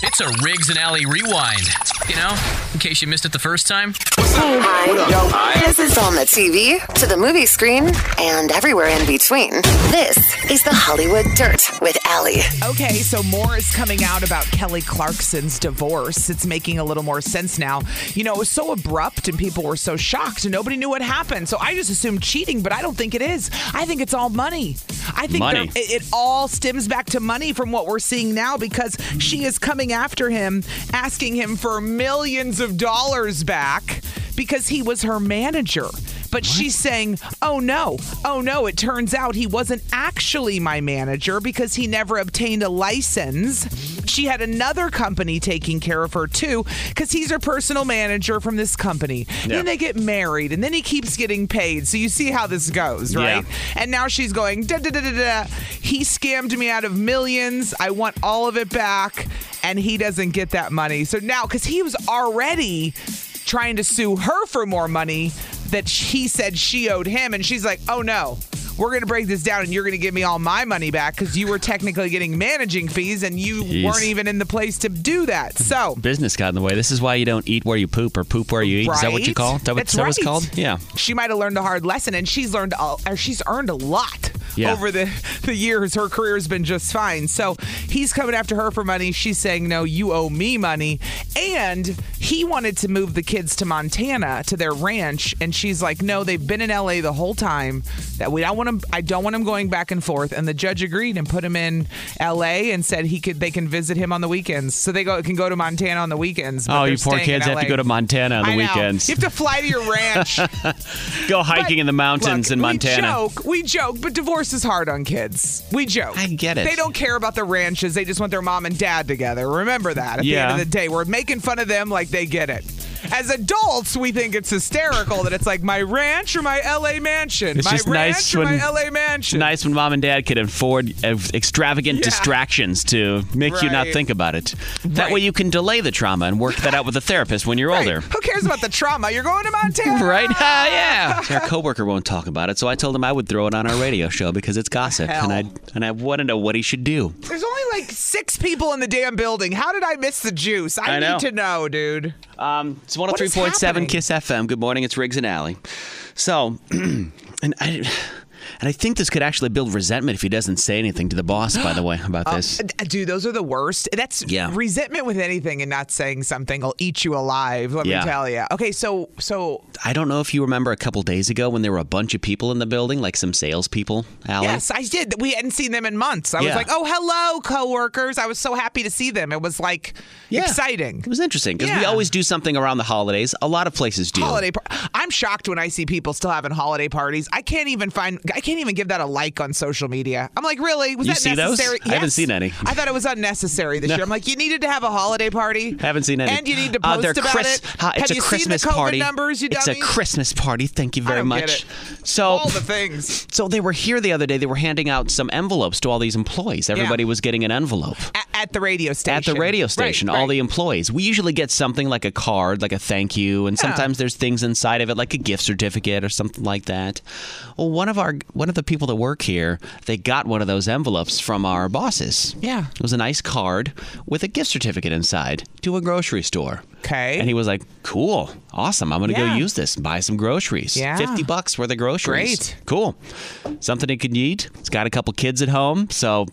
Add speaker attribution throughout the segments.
Speaker 1: It's a Riggs and Alley rewind. You know, in case you missed it the first time.
Speaker 2: Hi. This is on the TV, to the movie screen, and everywhere in between. This is the Hollywood Dirt with Allie.
Speaker 3: Okay, so more is coming out about Kelly Clarkson's divorce. It's making a little more sense now. You know, it was so abrupt and people were so shocked and nobody knew what happened. So I just assumed cheating, but I don't think it is. I think it's all money. I think
Speaker 4: Money.
Speaker 3: they're- it, it all stems back to money from what we're seeing now because she is coming after him, asking him for millions of dollars back because he was her manager. But she's saying, oh no, oh no, it turns out he wasn't actually my manager because he never obtained a license. She had another company taking care of her too because he's her personal manager from this company.
Speaker 5: Yeah.
Speaker 3: Then they get married and then he keeps getting paid. So you see how this goes, right? And now she's going, da da da da da. He scammed me out of millions. I want all of it back. And he doesn't get that money. So now, because he was already trying to sue her for more money that sh- he said she owed him. And she's like, oh no. We're going to break this down and you're going to give me all my money back because you were technically getting managing fees and you
Speaker 4: Jeez.
Speaker 3: weren't even in the place to do that. So,
Speaker 4: Business got in the way. This is why you don't eat where you poop or poop where you eat. Is that what you
Speaker 3: Right?
Speaker 4: call? it? Is that what
Speaker 3: That's
Speaker 4: is that what's
Speaker 3: right.
Speaker 4: called? Yeah.
Speaker 3: she might have learned a hard lesson, and she's learned a, or she's earned a lot
Speaker 4: Yeah.
Speaker 3: over the the years. Her career has been just fine. So he's coming after her for money. She's saying, "No, you owe me money." And he wanted to move the kids to Montana to their ranch, and she's like, "No, they've been in L.A. the whole time. That we don't want them. I don't want them going back and forth." And the judge agreed and put him in L.A. and said he could they can visit him on the weekends, so they go can go to Montana on the weekends. but
Speaker 4: Oh,
Speaker 3: they're
Speaker 4: you poor
Speaker 3: staying in
Speaker 4: kids have to
Speaker 3: LA.
Speaker 4: go to Montana on the
Speaker 3: I know.
Speaker 4: weekends.
Speaker 3: You have to fly to your ranch.
Speaker 4: Go hiking in the mountains
Speaker 3: Look,
Speaker 4: in Montana.
Speaker 3: We joke, we joke, but divorce is hard on kids. We joke. I
Speaker 4: get it.
Speaker 3: They don't care about the ranches. They just want their mom and dad together. Remember that at the
Speaker 4: Yeah.
Speaker 3: end of the day. We're making fun of them like they get it. As adults, we think it's hysterical that it's like my ranch or my LA mansion.
Speaker 4: It's
Speaker 3: my
Speaker 4: just
Speaker 3: ranch
Speaker 4: nice
Speaker 3: or
Speaker 4: when
Speaker 3: my LA
Speaker 4: It's
Speaker 3: mansion.
Speaker 4: nice when mom and dad can afford uh, extravagant
Speaker 3: Yeah.
Speaker 4: distractions to make you not
Speaker 3: Right.
Speaker 4: think about it. That
Speaker 3: Right.
Speaker 4: way you can delay the trauma and work that out with a therapist when you're older.
Speaker 3: Who cares about the trauma? You're going to Montana.
Speaker 4: Right? Ah, yeah. See, Our coworker won't talk about it, so I told him I would throw it on our radio show because it's gossip,
Speaker 3: Hell.
Speaker 4: and I and I want to know what he should do.
Speaker 3: There's only like six people in the damn building. How did I miss the juice? I,
Speaker 4: I
Speaker 3: need
Speaker 4: know.
Speaker 3: to know, dude.
Speaker 4: Um, it's
Speaker 3: What is
Speaker 4: 103.7
Speaker 3: happening?
Speaker 4: Kiss FM. Good morning. It's Riggs and Alley. So, and I and I think this could actually build resentment if he doesn't say anything to the boss. By the way, about this.
Speaker 3: Uh, Dude, those are the worst. That's
Speaker 4: Yeah.
Speaker 3: resentment with anything and not saying something will eat you alive. Let
Speaker 4: Yeah.
Speaker 3: me tell you. Okay, so so
Speaker 4: I don't know if you remember a couple days ago when there were a bunch of people in the building, like some salespeople, Allie.
Speaker 3: yes, I did. We hadn't seen them in months. I was
Speaker 4: Yeah.
Speaker 3: like, oh hello, coworkers. I was so happy to see them. It was like
Speaker 4: Yeah.
Speaker 3: exciting.
Speaker 4: It was interesting because we
Speaker 3: Yeah.
Speaker 4: always do something around the holidays. A lot of places do.
Speaker 3: Holiday. Par- I'm shocked when I see people still having holiday parties. I can't even find. I can't even give that a like on social media. I'm like, really? Was
Speaker 4: You
Speaker 3: that
Speaker 4: see those?
Speaker 3: necessary?
Speaker 4: I haven't seen any.
Speaker 3: I thought it was unnecessary this
Speaker 4: No.
Speaker 3: year. I'm like, you needed to have a holiday party.
Speaker 4: Haven't seen any.
Speaker 3: And you need to
Speaker 4: Uh,
Speaker 3: post
Speaker 4: they're
Speaker 3: about
Speaker 4: Chris-
Speaker 3: it.
Speaker 4: uh, it's
Speaker 3: have
Speaker 4: a
Speaker 3: you
Speaker 4: Christmas
Speaker 3: seen the COVID
Speaker 4: party.
Speaker 3: numbers? You
Speaker 4: it's a oh.
Speaker 3: dummies?
Speaker 4: Christmas party. Thank you
Speaker 3: I
Speaker 4: very
Speaker 3: don't
Speaker 4: much.
Speaker 3: get it.
Speaker 4: So
Speaker 3: all the things.
Speaker 4: So they were here the other day. They were handing out some envelopes to all these employees. Everybody was getting an envelope
Speaker 3: at, at the radio station.
Speaker 4: at the radio station.
Speaker 3: Right,
Speaker 4: All
Speaker 3: right.
Speaker 4: the employees. We usually get something like a card, like a thank you, and sometimes there's things inside of it, like a gift certificate or something like that. Well, one of our one of the people that work here, they got one of those envelopes from our bosses.
Speaker 3: Yeah.
Speaker 4: it was a nice card with a gift certificate inside to a grocery store.
Speaker 3: Okay.
Speaker 4: and he was like, "Cool, awesome. I'm gonna
Speaker 3: Yeah.
Speaker 4: go use this and buy some groceries.
Speaker 3: Yeah.
Speaker 4: fifty bucks worth of groceries.
Speaker 3: Great.
Speaker 4: cool. Something he could eat. He's got a couple kids at home, so."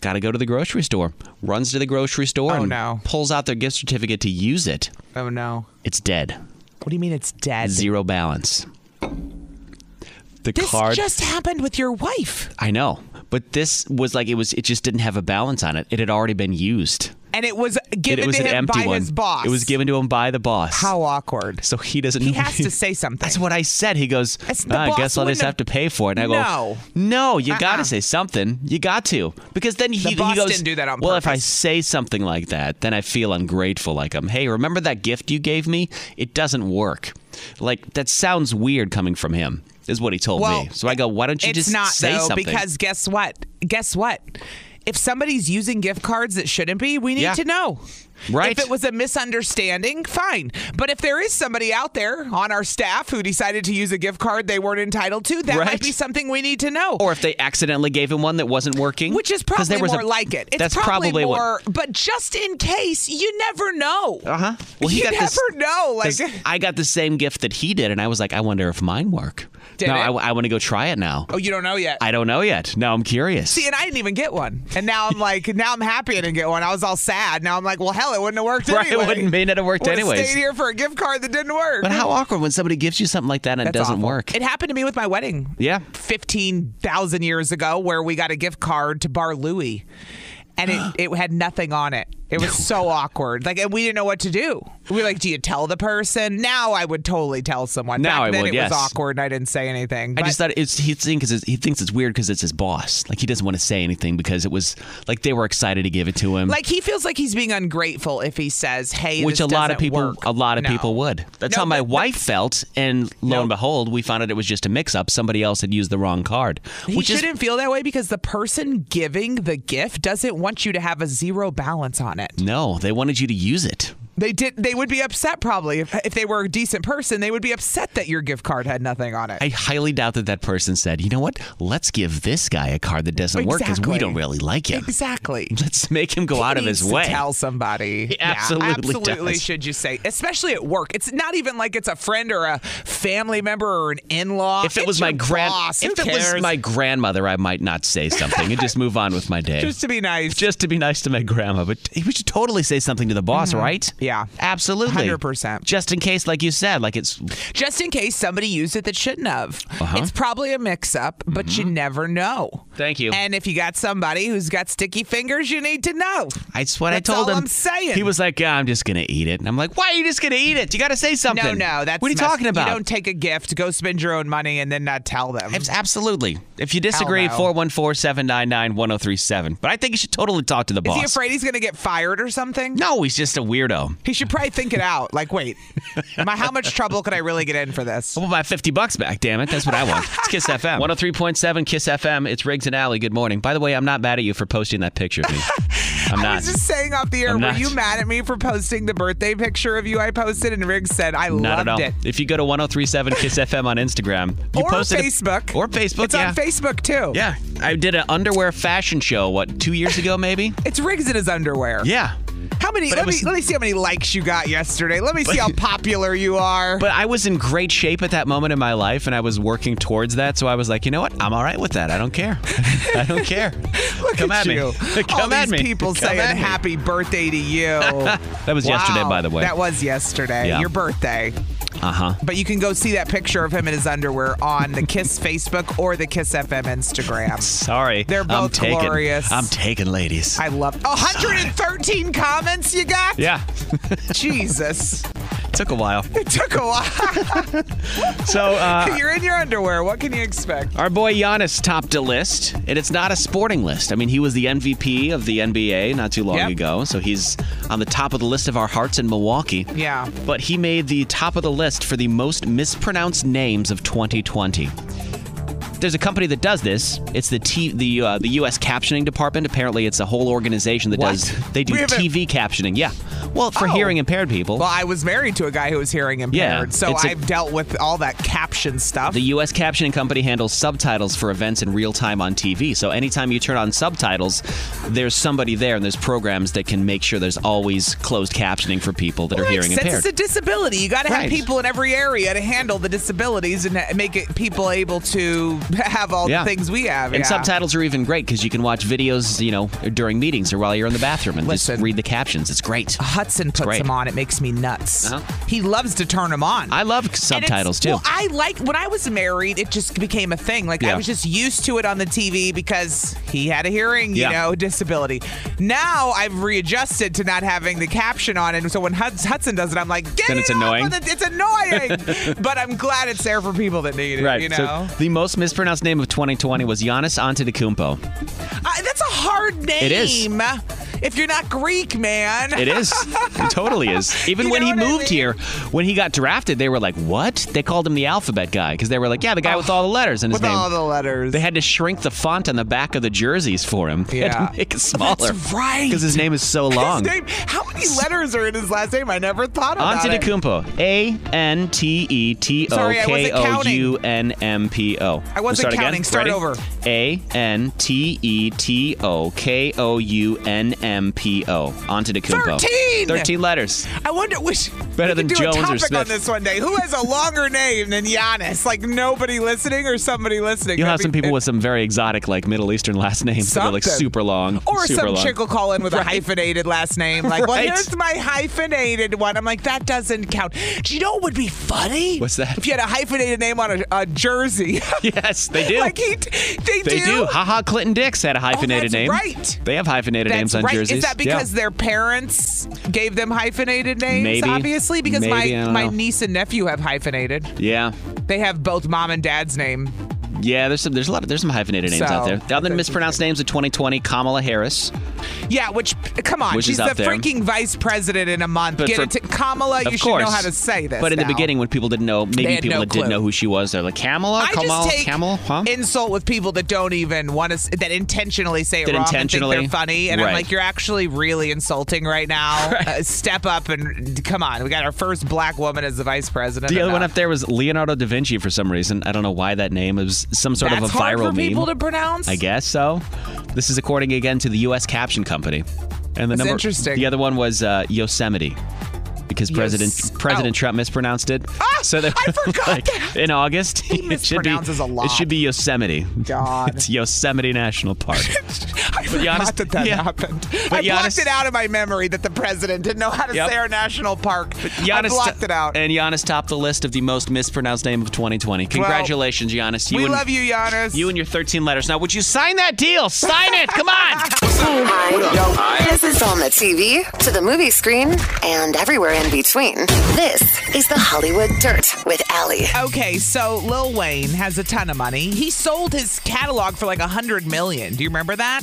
Speaker 4: Got to go to the grocery store. Runs to the grocery store
Speaker 3: Oh,
Speaker 4: and
Speaker 3: no.
Speaker 4: pulls out their gift certificate to use it,
Speaker 3: Oh no.
Speaker 4: it's dead.
Speaker 3: What do you mean it's dead?
Speaker 4: Zero balance. The
Speaker 3: This
Speaker 4: card.
Speaker 3: just happened with your wife,
Speaker 4: I know, but this was like it was. It just didn't have a balance on it. It had already been used.
Speaker 3: and it was
Speaker 4: It,
Speaker 3: given
Speaker 4: it was
Speaker 3: to
Speaker 4: an
Speaker 3: him
Speaker 4: empty
Speaker 3: by
Speaker 4: one.
Speaker 3: his boss.
Speaker 4: It was given to him by the boss.
Speaker 3: How awkward.
Speaker 4: So he doesn't.
Speaker 3: He
Speaker 4: know-
Speaker 3: has to say something.
Speaker 4: That's what I said. He goes.
Speaker 3: It's the
Speaker 4: "Ah, I
Speaker 3: boss
Speaker 4: guess I'll just
Speaker 3: wouldn't
Speaker 4: have to pay for it. And I
Speaker 3: No.
Speaker 4: go. No, you got
Speaker 3: Uh-uh.
Speaker 4: to say something. You got to because then he,
Speaker 3: The boss
Speaker 4: he goes.
Speaker 3: didn't do that on
Speaker 4: well, if I
Speaker 3: purpose."
Speaker 4: say something like that, then I feel ungrateful. Like I'm. Hey, remember that gift you gave me? It doesn't work. Like that sounds weird coming from him. Is what he told
Speaker 3: Well,
Speaker 4: me. So I go. Why don't you
Speaker 3: it's
Speaker 4: just
Speaker 3: not
Speaker 4: say
Speaker 3: though,
Speaker 4: something?
Speaker 3: because guess what? Guess what? If somebody's using gift cards that shouldn't be, we need
Speaker 4: Yeah.
Speaker 3: to know.
Speaker 4: Right.
Speaker 3: If it was a misunderstanding, fine. But if there is somebody out there on our staff who decided to use a gift card they weren't entitled to, that
Speaker 4: Right.
Speaker 3: might be something we need to know.
Speaker 4: Or if they accidentally gave him one that wasn't working,
Speaker 3: which is
Speaker 4: 'Cause
Speaker 3: probably
Speaker 4: there was a-
Speaker 3: more like it. It's
Speaker 4: that's
Speaker 3: probably,
Speaker 4: what-
Speaker 3: more, but just in case, you never know.
Speaker 4: Uh huh. Well, he
Speaker 3: you
Speaker 4: got
Speaker 3: never
Speaker 4: this.
Speaker 3: know. Like,
Speaker 4: 'cause I got the same gift that he did, and I was like, I wonder if mine work.
Speaker 3: Did
Speaker 4: now
Speaker 3: it?
Speaker 4: I, want to go try it now.
Speaker 3: oh, you don't know yet.
Speaker 4: I don't know yet. Now I'm curious.
Speaker 3: See, and I didn't even get one. And now I'm like, now I'm happy I didn't get one. I was all sad. Now I'm like, well, hell, it wouldn't have worked
Speaker 4: Right, it
Speaker 3: anyway.
Speaker 4: wouldn't- may not have worked
Speaker 3: Would've
Speaker 4: anyways.
Speaker 3: Stayed here for a gift card that didn't work.
Speaker 4: but how awkward when somebody gives you something like that and it
Speaker 3: That's
Speaker 4: doesn't
Speaker 3: awful.
Speaker 4: work.
Speaker 3: It happened to me with my wedding.
Speaker 4: Yeah.
Speaker 3: 15,000 years ago where we got a gift card to Bar Louie and it, it had nothing on it. It was so awkward. Like, and we didn't know what to do. We were like, do you tell the person? Now I would totally tell someone.
Speaker 4: Now
Speaker 3: Back
Speaker 4: I
Speaker 3: then
Speaker 4: would,
Speaker 3: it
Speaker 4: yes.
Speaker 3: was awkward and I didn't say anything.
Speaker 4: I
Speaker 3: but-
Speaker 4: just thought it's he thinks it's, he thinks it's weird because it's his boss. Like he doesn't want to say anything because it was like they were excited to give it to him.
Speaker 3: like he feels like he's being ungrateful if he says, "Hey,"
Speaker 4: which
Speaker 3: this
Speaker 4: a lot of
Speaker 3: doesn't
Speaker 4: people
Speaker 3: work.
Speaker 4: a lot of
Speaker 3: No.
Speaker 4: people would. That's
Speaker 3: No,
Speaker 4: how my
Speaker 3: but- but-
Speaker 4: wife felt, and lo and behold, we found out it was just a mix-up. Somebody else had used the wrong card,
Speaker 3: He
Speaker 4: which is
Speaker 3: shouldn't feel that way because the person giving the gift doesn't want you to have a zero balance on it.
Speaker 4: no. They wanted you to use it.
Speaker 3: They did. They would be upset probably if, if they were a decent person. They would be upset that your gift card had nothing on it.
Speaker 4: I highly doubt that that person said, "You know what? Let's give this guy a card that doesn't work because we
Speaker 3: Exactly.
Speaker 4: don't really like him.
Speaker 3: exactly.
Speaker 4: Let's make him go out of
Speaker 3: Needs
Speaker 4: his
Speaker 3: to
Speaker 4: way."
Speaker 3: tell somebody.
Speaker 4: He absolutely
Speaker 3: absolutely
Speaker 4: does.
Speaker 3: should you say, especially at work. It's not even like it's a friend or a family member or an in-law.
Speaker 4: If it
Speaker 3: It's
Speaker 4: was my
Speaker 3: your
Speaker 4: grand,
Speaker 3: boss. Who
Speaker 4: if it
Speaker 3: cares?
Speaker 4: was my grandmother, I might not say something and just move on with my day.
Speaker 3: just to be nice.
Speaker 4: just to be nice to my grandma, but we should totally say something to the boss, right?
Speaker 3: Mm-hmm. Yeah.
Speaker 4: absolutely,
Speaker 3: 100%.
Speaker 4: Just in case, like you said, like it's
Speaker 3: just in case somebody used it that shouldn't have.
Speaker 4: Uh-huh. Mm-hmm.
Speaker 3: It's probably a mix up, but you never know.
Speaker 4: Thank you.
Speaker 3: And if you got somebody who's got sticky fingers, you need to know.
Speaker 4: that's what
Speaker 3: That's
Speaker 4: I told
Speaker 3: all
Speaker 4: him.
Speaker 3: I'm saying.
Speaker 4: He was like, "Yeah, I'm just gonna eat it," and I'm like, "Why are you just gonna eat it? You got to say something."
Speaker 3: No, no, that's
Speaker 4: what are you
Speaker 3: messed-
Speaker 4: talking about.
Speaker 3: You don't take a gift, go spend your own money, and then not tell them.
Speaker 4: Abs- Absolutely. If you disagree,
Speaker 3: no.
Speaker 4: 414 799 1037. But I think you should totally talk to the
Speaker 3: Is
Speaker 4: boss.
Speaker 3: he afraid he's going to get fired or something?
Speaker 4: No, he's just a weirdo.
Speaker 3: He should probably think it out. Like, wait, am I- how much trouble could I really get in for this?
Speaker 4: I want my 50 bucks back, damn it. That's what I want. It's Kiss FM. 103.7 Kiss FM. It's Riggs and Alley. Good morning. By the way, I'm not mad at you for posting that picture of me. I'm
Speaker 3: I
Speaker 4: not.
Speaker 3: was just saying off the air,
Speaker 4: I'm
Speaker 3: were
Speaker 4: not.
Speaker 3: you mad at me for posting the birthday picture of you I posted? And Riggs said, I
Speaker 4: Not
Speaker 3: loved
Speaker 4: at all.
Speaker 3: it.
Speaker 4: If you go to 1037 Kiss FM on Instagram, you
Speaker 3: or
Speaker 4: posted a-
Speaker 3: Facebook.
Speaker 4: or Facebook,
Speaker 3: It's
Speaker 4: yeah.
Speaker 3: on Facebook too.
Speaker 4: Yeah. I did an underwear fashion show, what, two years ago maybe?
Speaker 3: It's Riggs in his underwear.
Speaker 4: yeah.
Speaker 3: How many?
Speaker 4: But
Speaker 3: Let
Speaker 4: it
Speaker 3: me
Speaker 4: was-
Speaker 3: let me see how many likes you got yesterday. Let me see how popular you are.
Speaker 4: But I was in great shape at that moment in my life, and I was working towards that. So I was like, you know what? I'm all right with that. I don't care. I don't care.
Speaker 3: Look
Speaker 4: Come
Speaker 3: at
Speaker 4: at,
Speaker 3: you.
Speaker 4: me. Come
Speaker 3: All
Speaker 4: at
Speaker 3: these
Speaker 4: me.
Speaker 3: people
Speaker 4: Come
Speaker 3: saying
Speaker 4: at me.
Speaker 3: happy birthday to you.
Speaker 4: That was yesterday,
Speaker 3: Wow.
Speaker 4: by the way.
Speaker 3: That was yesterday.
Speaker 4: Yeah.
Speaker 3: Your birthday.
Speaker 4: uh huh.
Speaker 3: But you can go see that picture of him in his underwear on the Kiss Facebook or the Kiss FM Instagram.
Speaker 4: Sorry.
Speaker 3: They're
Speaker 4: I'm
Speaker 3: both
Speaker 4: taken.
Speaker 3: glorious.
Speaker 4: I'm taken, ladies.
Speaker 3: I love 113 comments you got.
Speaker 4: yeah.
Speaker 3: Jesus,
Speaker 4: Took a while.
Speaker 3: it took a while.
Speaker 4: So uh,
Speaker 3: You're in your underwear. What can you expect?
Speaker 4: our boy Giannis topped a list, and it's not a sporting list. I mean, he was the MVP of the NBA not too long
Speaker 3: Yep.
Speaker 4: ago, so he's on the top of the list of our hearts in Milwaukee.
Speaker 3: Yeah.
Speaker 4: But he made the top of the list for the most mispronounced names of 2020. There's a company that does this. It's the T- the uh, the U.S. captioning department. Apparently, it's a whole organization that
Speaker 3: What?
Speaker 4: does they do
Speaker 3: We haven't-
Speaker 4: TV captioning. Yeah, well, for
Speaker 3: Oh.
Speaker 4: hearing impaired people.
Speaker 3: Well, I was married to a guy who was hearing impaired, so
Speaker 4: it's a-
Speaker 3: I've dealt with all that caption stuff.
Speaker 4: The U.S. captioning company handles subtitles for events in real time on TV. So anytime you turn on subtitles, there's somebody there and there's programs that can make sure there's always closed captioning for people that are
Speaker 3: Makes
Speaker 4: hearing
Speaker 3: sense.
Speaker 4: impaired.
Speaker 3: It's a disability. You got to
Speaker 4: Right.
Speaker 3: have people in every area to handle the disabilities and ha- make it people able to have all the things we have.
Speaker 4: And
Speaker 3: yeah.
Speaker 4: subtitles are even great because you can watch videos, you know, during meetings or while you're in the bathroom and just
Speaker 3: Listen. Uh,
Speaker 4: read the captions. It's great.
Speaker 3: Hudson puts
Speaker 4: great.
Speaker 3: them on. It makes me nuts.
Speaker 4: Uh-huh.
Speaker 3: He loves to turn them on.
Speaker 4: I love
Speaker 3: And it's-
Speaker 4: subtitles too.
Speaker 3: Well, I like when I was married, it just became a thing. Like
Speaker 4: Yeah.
Speaker 3: I was just used to it on the TV because he had a hearing,
Speaker 4: Yeah.
Speaker 3: you know, disability. Now I've readjusted to not having the caption on, and so when Huds- Hudson does it, I'm like, get
Speaker 4: Then
Speaker 3: it
Speaker 4: it's
Speaker 3: off
Speaker 4: annoying.
Speaker 3: of it. It's annoying, but I'm glad it's there for people that need it. You know,
Speaker 4: the most mispronounced name of 2020 was Giannis Antetokounmpo.
Speaker 3: I- that's a hard name.
Speaker 4: It is.
Speaker 3: if you're not Greek, man.
Speaker 4: It is. It totally is. Even
Speaker 3: You
Speaker 4: when
Speaker 3: know
Speaker 4: he
Speaker 3: what I
Speaker 4: moved
Speaker 3: mean?
Speaker 4: here, when he got drafted, they were like, "What?" They called him the alphabet guy because they were like, "Yeah, the guy with all the letters in his
Speaker 3: Oh. With
Speaker 4: name."
Speaker 3: all the letters.
Speaker 4: they had to shrink the font on the back of the jerseys for him. They had to
Speaker 3: Yeah.
Speaker 4: make it smaller.
Speaker 3: That's right.
Speaker 4: Because his name is so long.
Speaker 3: His name, how many letters are in his last name? I never thought about it.
Speaker 4: Antetokounmpo. A N T E T O
Speaker 3: Sorry, I
Speaker 4: K
Speaker 3: wasn't
Speaker 4: O
Speaker 3: counting.
Speaker 4: U N M P O.
Speaker 3: I wasn't
Speaker 4: start again?
Speaker 3: counting. Start
Speaker 4: Ready?
Speaker 3: over.
Speaker 4: A N T E T O K O U N M P O. Antetokounmpo.
Speaker 3: 13!
Speaker 4: 13 letters.
Speaker 3: I wonder which.
Speaker 4: Better
Speaker 3: we could
Speaker 4: than
Speaker 3: do
Speaker 4: Jones
Speaker 3: a
Speaker 4: or
Speaker 3: topic on
Speaker 4: Smith.
Speaker 3: this one day. Who has a longer name than Giannis? Like nobody listening or somebody listening.
Speaker 4: You'll have
Speaker 3: That'd
Speaker 4: some
Speaker 3: be-
Speaker 4: people with some very exotic, like Middle Eastern last names that are like
Speaker 3: Something.
Speaker 4: super long.
Speaker 3: Or
Speaker 4: super
Speaker 3: some
Speaker 4: long.
Speaker 3: chick will call in with a
Speaker 4: Right.
Speaker 3: hyphenated last name. Like, well,
Speaker 4: Right.
Speaker 3: here's my hyphenated one. I'm like, that doesn't count. Do you know what would be funny?
Speaker 4: What's that?
Speaker 3: If you had a hyphenated name on a, a jersey.
Speaker 4: Yes, they do.
Speaker 3: like, he, t- they,
Speaker 4: they do. Haha, Clinton Dix had a hyphenated
Speaker 3: that's
Speaker 4: name.
Speaker 3: right.
Speaker 4: They have hyphenated names
Speaker 3: That's
Speaker 4: on
Speaker 3: right.
Speaker 4: jerseys.
Speaker 3: Is that
Speaker 4: Yeah.
Speaker 3: because their parents gave them hyphenated names?
Speaker 4: Maybe.
Speaker 3: Obviously, because
Speaker 4: Maybe, I
Speaker 3: my
Speaker 4: don't
Speaker 3: my
Speaker 4: know.
Speaker 3: niece and nephew have hyphenated.
Speaker 4: Yeah.
Speaker 3: They have both mom and dad's name.
Speaker 4: Yeah, there's some, there's a lot of there's some hyphenated names
Speaker 3: So,
Speaker 4: out there. The
Speaker 3: that's
Speaker 4: other mispronounced names of 2020, Kamala Harris.
Speaker 3: Yeah, which come on,
Speaker 4: Which
Speaker 3: she's
Speaker 4: is up
Speaker 3: the
Speaker 4: there.
Speaker 3: freaking vice president in a month.
Speaker 4: But
Speaker 3: Get
Speaker 4: for-
Speaker 3: it to Kamala.
Speaker 4: Of
Speaker 3: You
Speaker 4: course,
Speaker 3: should know how to say this.
Speaker 4: But in the
Speaker 3: now.
Speaker 4: beginning, when people didn't know,
Speaker 3: They
Speaker 4: maybe
Speaker 3: had
Speaker 4: people
Speaker 3: no
Speaker 4: that
Speaker 3: clue.
Speaker 4: didn't know who she was, they're like Kamala,
Speaker 3: I
Speaker 4: Kamala,
Speaker 3: just take
Speaker 4: Kamala, huh?
Speaker 3: insult with people that don't even want to that intentionally say it
Speaker 4: That
Speaker 3: wrong
Speaker 4: intentionally-
Speaker 3: and think they're funny, and I'm
Speaker 4: Right.
Speaker 3: like, you're actually really insulting right now. Uh, step up and come on. We got our first black woman as the vice president.
Speaker 4: the
Speaker 3: I'm
Speaker 4: other one
Speaker 3: not-
Speaker 4: up there was Leonardo da Vinci for some reason. I don't know why that name It was some sort
Speaker 3: That's
Speaker 4: of a
Speaker 3: hard
Speaker 4: viral
Speaker 3: for people
Speaker 4: meme.
Speaker 3: to pronounce.
Speaker 4: I guess so. This is according again to the U.S. Caption Company. And the
Speaker 3: That's
Speaker 4: number
Speaker 3: interesting.
Speaker 4: the other one was uh, Yosemite. Because President
Speaker 3: Yos-
Speaker 4: President
Speaker 3: oh.
Speaker 4: Trump mispronounced it,
Speaker 3: Ah,
Speaker 4: they
Speaker 3: I
Speaker 4: were
Speaker 3: forgot that.
Speaker 4: in August he
Speaker 3: mispronounces a lot.
Speaker 4: It should be Yosemite.
Speaker 3: God.
Speaker 4: it's Yosemite National Park.
Speaker 3: I forgot
Speaker 4: Giannis-
Speaker 3: that that
Speaker 4: yeah.
Speaker 3: happened.
Speaker 4: But
Speaker 3: I blocked
Speaker 4: Giannis-
Speaker 3: it out of my memory that the president didn't know how to
Speaker 4: Yep.
Speaker 3: say our national park. I
Speaker 4: Giannis
Speaker 3: blocked it out.
Speaker 4: And Giannis topped the list of the most mispronounced name of 2020. Congratulations, Giannis. You
Speaker 3: we
Speaker 4: and,
Speaker 3: love you, Giannis.
Speaker 4: You and your 13 letters. Now, would you sign that deal? Sign it. Come on.
Speaker 2: Hi. This is on the TV, to the movie screen, and everywhere in between. This is the Hollywood Dirt with Allie.
Speaker 3: Okay, so Lil Wayne has a ton of money. He sold his catalog for like a hundred million. Do you remember that?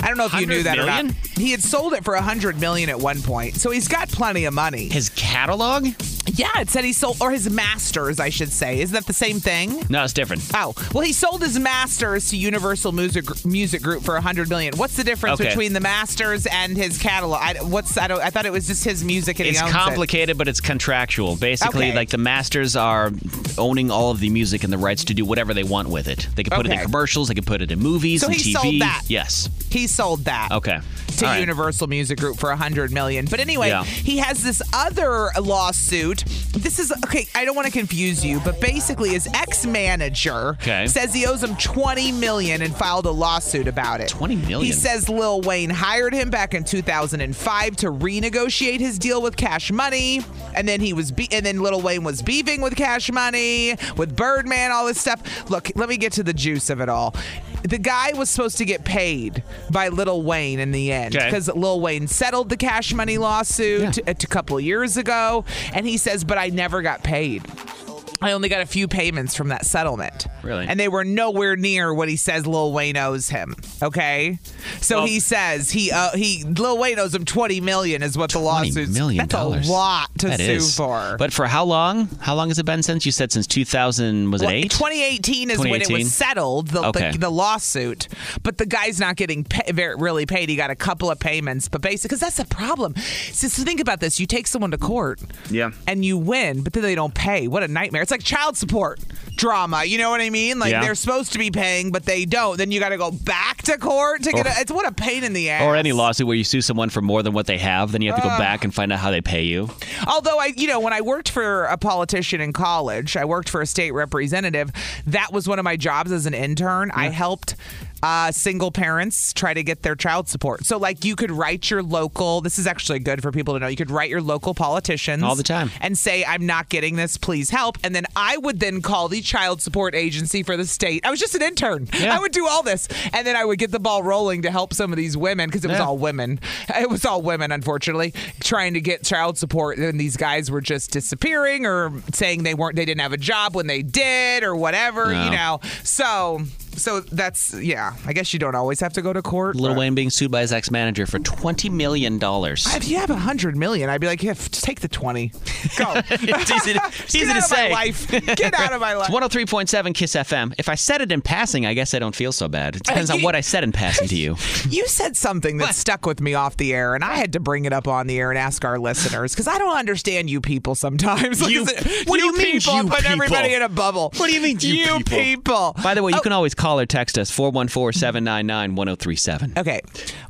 Speaker 3: I don't know if you knew
Speaker 4: 100
Speaker 3: that or not.
Speaker 4: million?
Speaker 3: He had sold it for a hundred million at one point, so he's got plenty of money.
Speaker 4: His catalog?
Speaker 3: Yeah, it said he sold, or his masters, I should say. Isn't that the same thing?
Speaker 4: No, it's different.
Speaker 3: Oh, well, he sold his masters to Universal Music Music Group for 100 million. What's the difference
Speaker 4: Okay.
Speaker 3: between the masters and his catalog? I, what's I don't I thought it was just his music and
Speaker 4: It's
Speaker 3: he owns it.
Speaker 4: complicated, but it's contractual. Basically,
Speaker 3: Okay.
Speaker 4: like the masters are owning all of the music and the rights to do whatever they want with it. They can put it
Speaker 3: Okay.
Speaker 4: in commercials. They can put it in movies
Speaker 3: So
Speaker 4: and
Speaker 3: he
Speaker 4: TV.
Speaker 3: sold that.
Speaker 4: Yes.
Speaker 3: He sold that.
Speaker 4: Okay.
Speaker 3: to
Speaker 4: All right.
Speaker 3: Universal Music Group for 100 million. But anyway,
Speaker 4: Yeah.
Speaker 3: he has this other lawsuit. This is okay, I don't want to confuse you, but basically his ex-manager
Speaker 4: Okay.
Speaker 3: says he owes him 20 million and filed a lawsuit about it.
Speaker 4: 20 million?
Speaker 3: He says Lil Wayne hired him back in 2005 to renegotiate his deal with Cash Money, and then he was be- and then Lil Wayne was beefing with Cash Money, with Birdman, all this stuff. Look, let me get to the juice of it all. The guy was supposed to get paid by Lil Wayne in the end
Speaker 4: Okay.
Speaker 3: because Lil Wayne settled the Cash Money lawsuit
Speaker 4: Yeah.
Speaker 3: a, a couple years ago, and he says, "But I never got paid." I only got a few payments from that settlement.
Speaker 4: Really?
Speaker 3: And they were nowhere near what he says Lil Wayne owes him. Okay? So
Speaker 4: Well-
Speaker 3: he says he uh, he Lil Wayne owes him 20 million is what the
Speaker 4: Twenty
Speaker 3: lawsuit
Speaker 4: million
Speaker 3: That's
Speaker 4: dollars.
Speaker 3: a lot to
Speaker 4: That
Speaker 3: sue
Speaker 4: is.
Speaker 3: for.
Speaker 4: But for how long? How long has it been since you said since 2000? Was
Speaker 3: Well,
Speaker 4: it eight?
Speaker 3: 2018 is when it
Speaker 4: 2018?
Speaker 3: was settled, the,
Speaker 4: Okay.
Speaker 3: the, the lawsuit. But the guy's not getting pa- ver really paid. He got a couple of payments, but basically, because that's the problem. Since think about this, you take someone to court,
Speaker 4: Yeah.
Speaker 3: and you win, but then they don't pay. What a nightmare! It's like child support drama. You know what I mean? Like
Speaker 4: Yeah.
Speaker 3: they're supposed to be paying, but they don't. Then you got to go back to court to get.
Speaker 4: Or-
Speaker 3: a, it's what a pain in the ass.
Speaker 4: Or any lawsuit where you sue someone for more than what they have, then you have to go back and find out how they pay you.
Speaker 3: Although I, you know, when I worked for a politician in college, I worked for a state representative. That was one of my jobs as an intern. I helped uh, single parents try to get their child support. So, like, you could write your local. This is actually good for people to know. You could write your local politicians
Speaker 4: All the time.
Speaker 3: and say, "I'm not getting this. Please help." And then I would then call the child support agency for the state. I was just an intern.
Speaker 4: Yeah.
Speaker 3: I would do all this, and then I would get the ball rolling to help some of these women because it was
Speaker 4: Yeah.
Speaker 3: all women. It was all women, unfortunately, trying to get child support, and these guys were just disappearing or saying they weren't, they didn't have a job when they did, or whatever,
Speaker 4: No.
Speaker 3: you know. So So that's yeah. I guess you don't always have to go to court.
Speaker 4: Lil
Speaker 3: but-
Speaker 4: Wayne being sued by his ex manager for $20 million.
Speaker 3: If you have a hundred million, I'd be like, yeah, f- just take the twenty. Go.
Speaker 4: It's easy to- it's easy
Speaker 3: Get
Speaker 4: to
Speaker 3: out
Speaker 4: say.
Speaker 3: Of my life. Get out of my life.
Speaker 4: It's 103.7 Kiss FM. If I said it in passing, I guess I don't feel so bad. It depends on what I said in passing to you.
Speaker 3: You said something that stuck with me off the air, and I had to bring it up on the air and ask our listeners because I don't understand you people sometimes. Like,
Speaker 4: You-
Speaker 3: is it-
Speaker 4: what do you mean,
Speaker 3: people?
Speaker 4: you
Speaker 3: put
Speaker 4: people?
Speaker 3: everybody in a bubble.
Speaker 4: What do you mean, you
Speaker 3: you
Speaker 4: people?
Speaker 3: people?
Speaker 4: By the way, you can always call or text us 414 799 1037.
Speaker 3: Okay.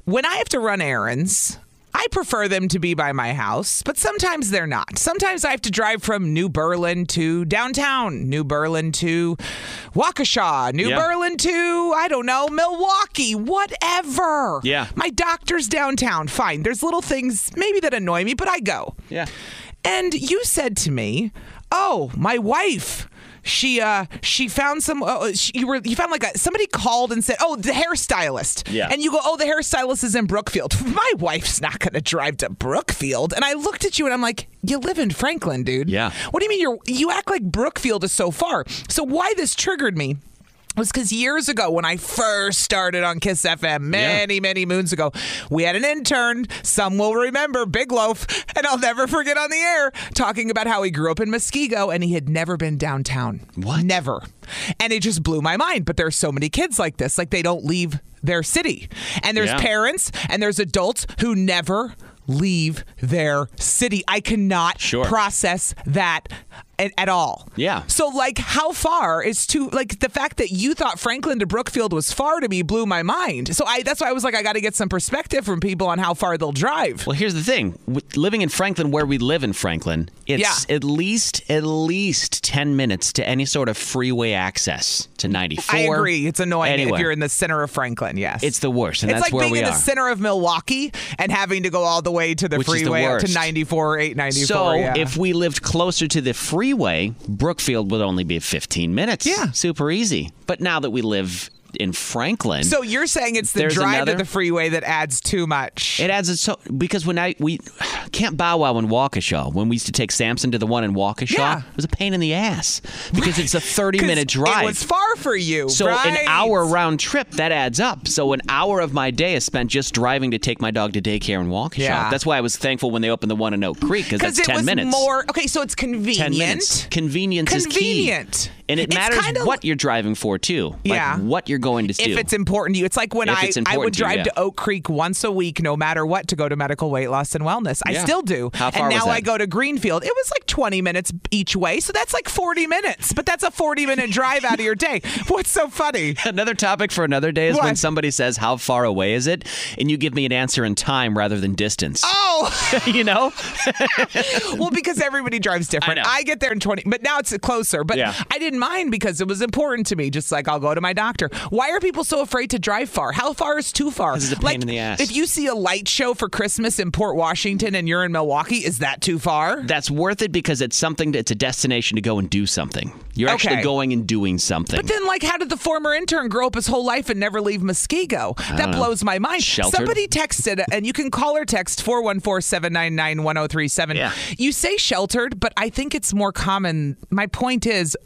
Speaker 3: When I have to run errands, I prefer them to be by my house, but sometimes they're not. Sometimes I have to drive from New Berlin to downtown, New Berlin to Waukesha, New
Speaker 4: Yeah.
Speaker 3: Berlin to, I don't know, Milwaukee, whatever.
Speaker 4: Yeah.
Speaker 3: My doctor's downtown. Fine. There's little things maybe that annoy me, but I go.
Speaker 4: Yeah.
Speaker 3: And you said to me, "Oh, my wife." She uh she found some uh, she, you were you found like a somebody called and said oh the hairstylist
Speaker 4: Yeah.
Speaker 3: and you go oh the hairstylist is in Brookfield my wife's not gonna drive to Brookfield and I looked at you and I'm like you live in Franklin dude
Speaker 4: Yeah.
Speaker 3: what do you mean you're you act like Brookfield is so far so why this triggered me was because years ago when I first started on Kiss FM
Speaker 4: Yeah.
Speaker 3: many many moons ago we had an intern some will remember Big Loaf and I'll never forget on the air talking about how he grew up in Muskego and he had never been downtown
Speaker 4: What?
Speaker 3: never and it just blew my mind but there's so many kids like this like they don't leave their city and there's
Speaker 4: Yeah.
Speaker 3: parents and there's adults who never leave their city I cannot
Speaker 4: Sure.
Speaker 3: process that at, at all
Speaker 4: Yeah.
Speaker 3: so like how far is too like the fact that you thought Franklin to Brookfield was far to me blew my mind. So I that's why I was like I got to get some perspective from people on how far they'll drive.
Speaker 4: Well, here's the thing. With living in Franklin, where we live in Franklin, it's
Speaker 3: Yeah.
Speaker 4: at least at least ten minutes to any sort of freeway access to 94.
Speaker 3: I agree. It's annoying
Speaker 4: Anywhere.
Speaker 3: if you're in the center of Franklin. Yes.
Speaker 4: It's the worst, and
Speaker 3: it's
Speaker 4: that's
Speaker 3: like
Speaker 4: where
Speaker 3: being
Speaker 4: we
Speaker 3: in
Speaker 4: are.
Speaker 3: the center of Milwaukee and having to go all the way to the
Speaker 4: Which is the
Speaker 3: freeway up to
Speaker 4: worst.
Speaker 3: 94 or 894.
Speaker 4: so
Speaker 3: yeah.
Speaker 4: if we lived closer to the freeway, Brookfield would only be 15 minutes.
Speaker 3: Yeah.
Speaker 4: super easy. But now that we live in Franklin,
Speaker 3: so you're saying it's the
Speaker 4: There's
Speaker 3: drive
Speaker 4: another-
Speaker 3: to the freeway that adds too much.
Speaker 4: It adds a so because when I we can't bow wow in Waukesha when we used to take Samson to the one in Waukesha
Speaker 3: Yeah.
Speaker 4: it was a pain in the ass because it's a thirty
Speaker 3: 'Cause
Speaker 4: minute drive.
Speaker 3: It was far for you.
Speaker 4: so
Speaker 3: right?
Speaker 4: an hour round trip that adds up. So an hour of my day is spent just driving to take my dog to daycare in Waukesha.
Speaker 3: Yeah.
Speaker 4: That's why I was thankful when they opened the one in Oak Creek because
Speaker 3: because
Speaker 4: that's
Speaker 3: it
Speaker 4: ten
Speaker 3: was
Speaker 4: minutes.
Speaker 3: more okay. So it's
Speaker 4: ten
Speaker 3: convenient.
Speaker 4: minutes. Convenience is
Speaker 3: Convenient.
Speaker 4: key, and it
Speaker 3: It's
Speaker 4: matters
Speaker 3: kinda-
Speaker 4: what you're driving for too. Like
Speaker 3: Yeah.
Speaker 4: what you're going to do.
Speaker 3: if it's important to you. It's like when
Speaker 4: If
Speaker 3: I,
Speaker 4: it's
Speaker 3: I
Speaker 4: important
Speaker 3: would
Speaker 4: to you,
Speaker 3: drive
Speaker 4: yeah.
Speaker 3: to Oak Creek once a week, no matter what, to go to medical weight loss and wellness. I
Speaker 4: Yeah.
Speaker 3: still do.
Speaker 4: How far
Speaker 3: and
Speaker 4: was
Speaker 3: now I
Speaker 4: that?
Speaker 3: go to Greenfield. It was like 20 minutes each way. So that's like 40 minutes, but that's a 40 minute drive out of your day. What's so funny?
Speaker 4: Another topic for another day is when
Speaker 3: What?
Speaker 4: somebody says, How far away is it? And you give me an answer in time rather than distance.
Speaker 3: Oh,
Speaker 4: you know?
Speaker 3: well, because everybody drives different.
Speaker 4: know.
Speaker 3: I, get there in 20, but now it's closer. But
Speaker 4: Yeah.
Speaker 3: I didn't mind because it was important to me, just like I'll go to my doctor. Why are people so afraid to drive far? How far is too far?
Speaker 4: 'Cause it's a pain
Speaker 3: like,
Speaker 4: in the ass.
Speaker 3: If you see a light show for Christmas in Port Washington and you're in Milwaukee, is that too far?
Speaker 4: That's worth it because it's something, it's a destination to go and do something. You're
Speaker 3: Okay.
Speaker 4: actually going and doing something.
Speaker 3: But then, like, how did the former intern grow up his whole life and never leave Muskego? That blows my mind.
Speaker 4: Sheltered?
Speaker 3: Somebody texted, and you can call or text 414 799
Speaker 4: Yeah.
Speaker 3: 1037. You say sheltered, but I think it's more common. My point is.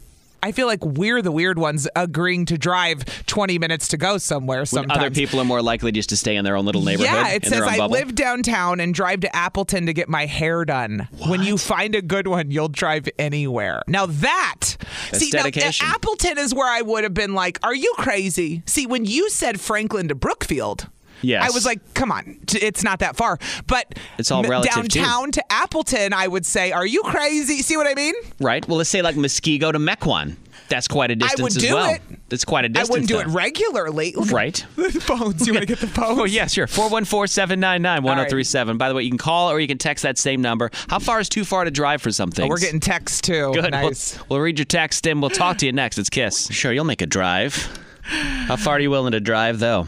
Speaker 3: I feel like we're the weird ones agreeing to drive 20 minutes to go somewhere
Speaker 4: When
Speaker 3: sometimes.
Speaker 4: Other people are more likely just to stay in their own little neighborhood.
Speaker 3: Yeah, it
Speaker 4: in
Speaker 3: says
Speaker 4: their own
Speaker 3: I
Speaker 4: bubble.
Speaker 3: live downtown and drive to Appleton to get my hair done. When you find a good one, you'll drive anywhere. Now that
Speaker 4: That's
Speaker 3: see now,
Speaker 4: dedication.
Speaker 3: now Appleton is where I would have been like, "Are you crazy?" See, when you said Franklin to Brookfield.
Speaker 4: Yes.
Speaker 3: I was like, come on, t- it's not that far. But
Speaker 4: It's all relative, too.
Speaker 3: downtown to Appleton, I would say, are you crazy? See what I mean?
Speaker 4: Right? Well, let's say like Muskego to Mequon. That's quite a distance
Speaker 3: would
Speaker 4: as
Speaker 3: do
Speaker 4: well.
Speaker 3: it.
Speaker 4: That's quite a distance.
Speaker 3: I wouldn't do
Speaker 4: though.
Speaker 3: it regularly. Look at
Speaker 4: Right.
Speaker 3: The phones. You want to get the phones?
Speaker 4: Oh, yeah, sure. 414 799 1037. By the way, you can call or you can text that same number. How far is too far to drive for something?
Speaker 3: Oh, We're getting texts too.
Speaker 4: Good. We'll-
Speaker 3: Nice.
Speaker 4: We'll, read your text and we'll talk to you next. It's Kiss. Sure, you'll make a drive. How far are you willing to drive, though?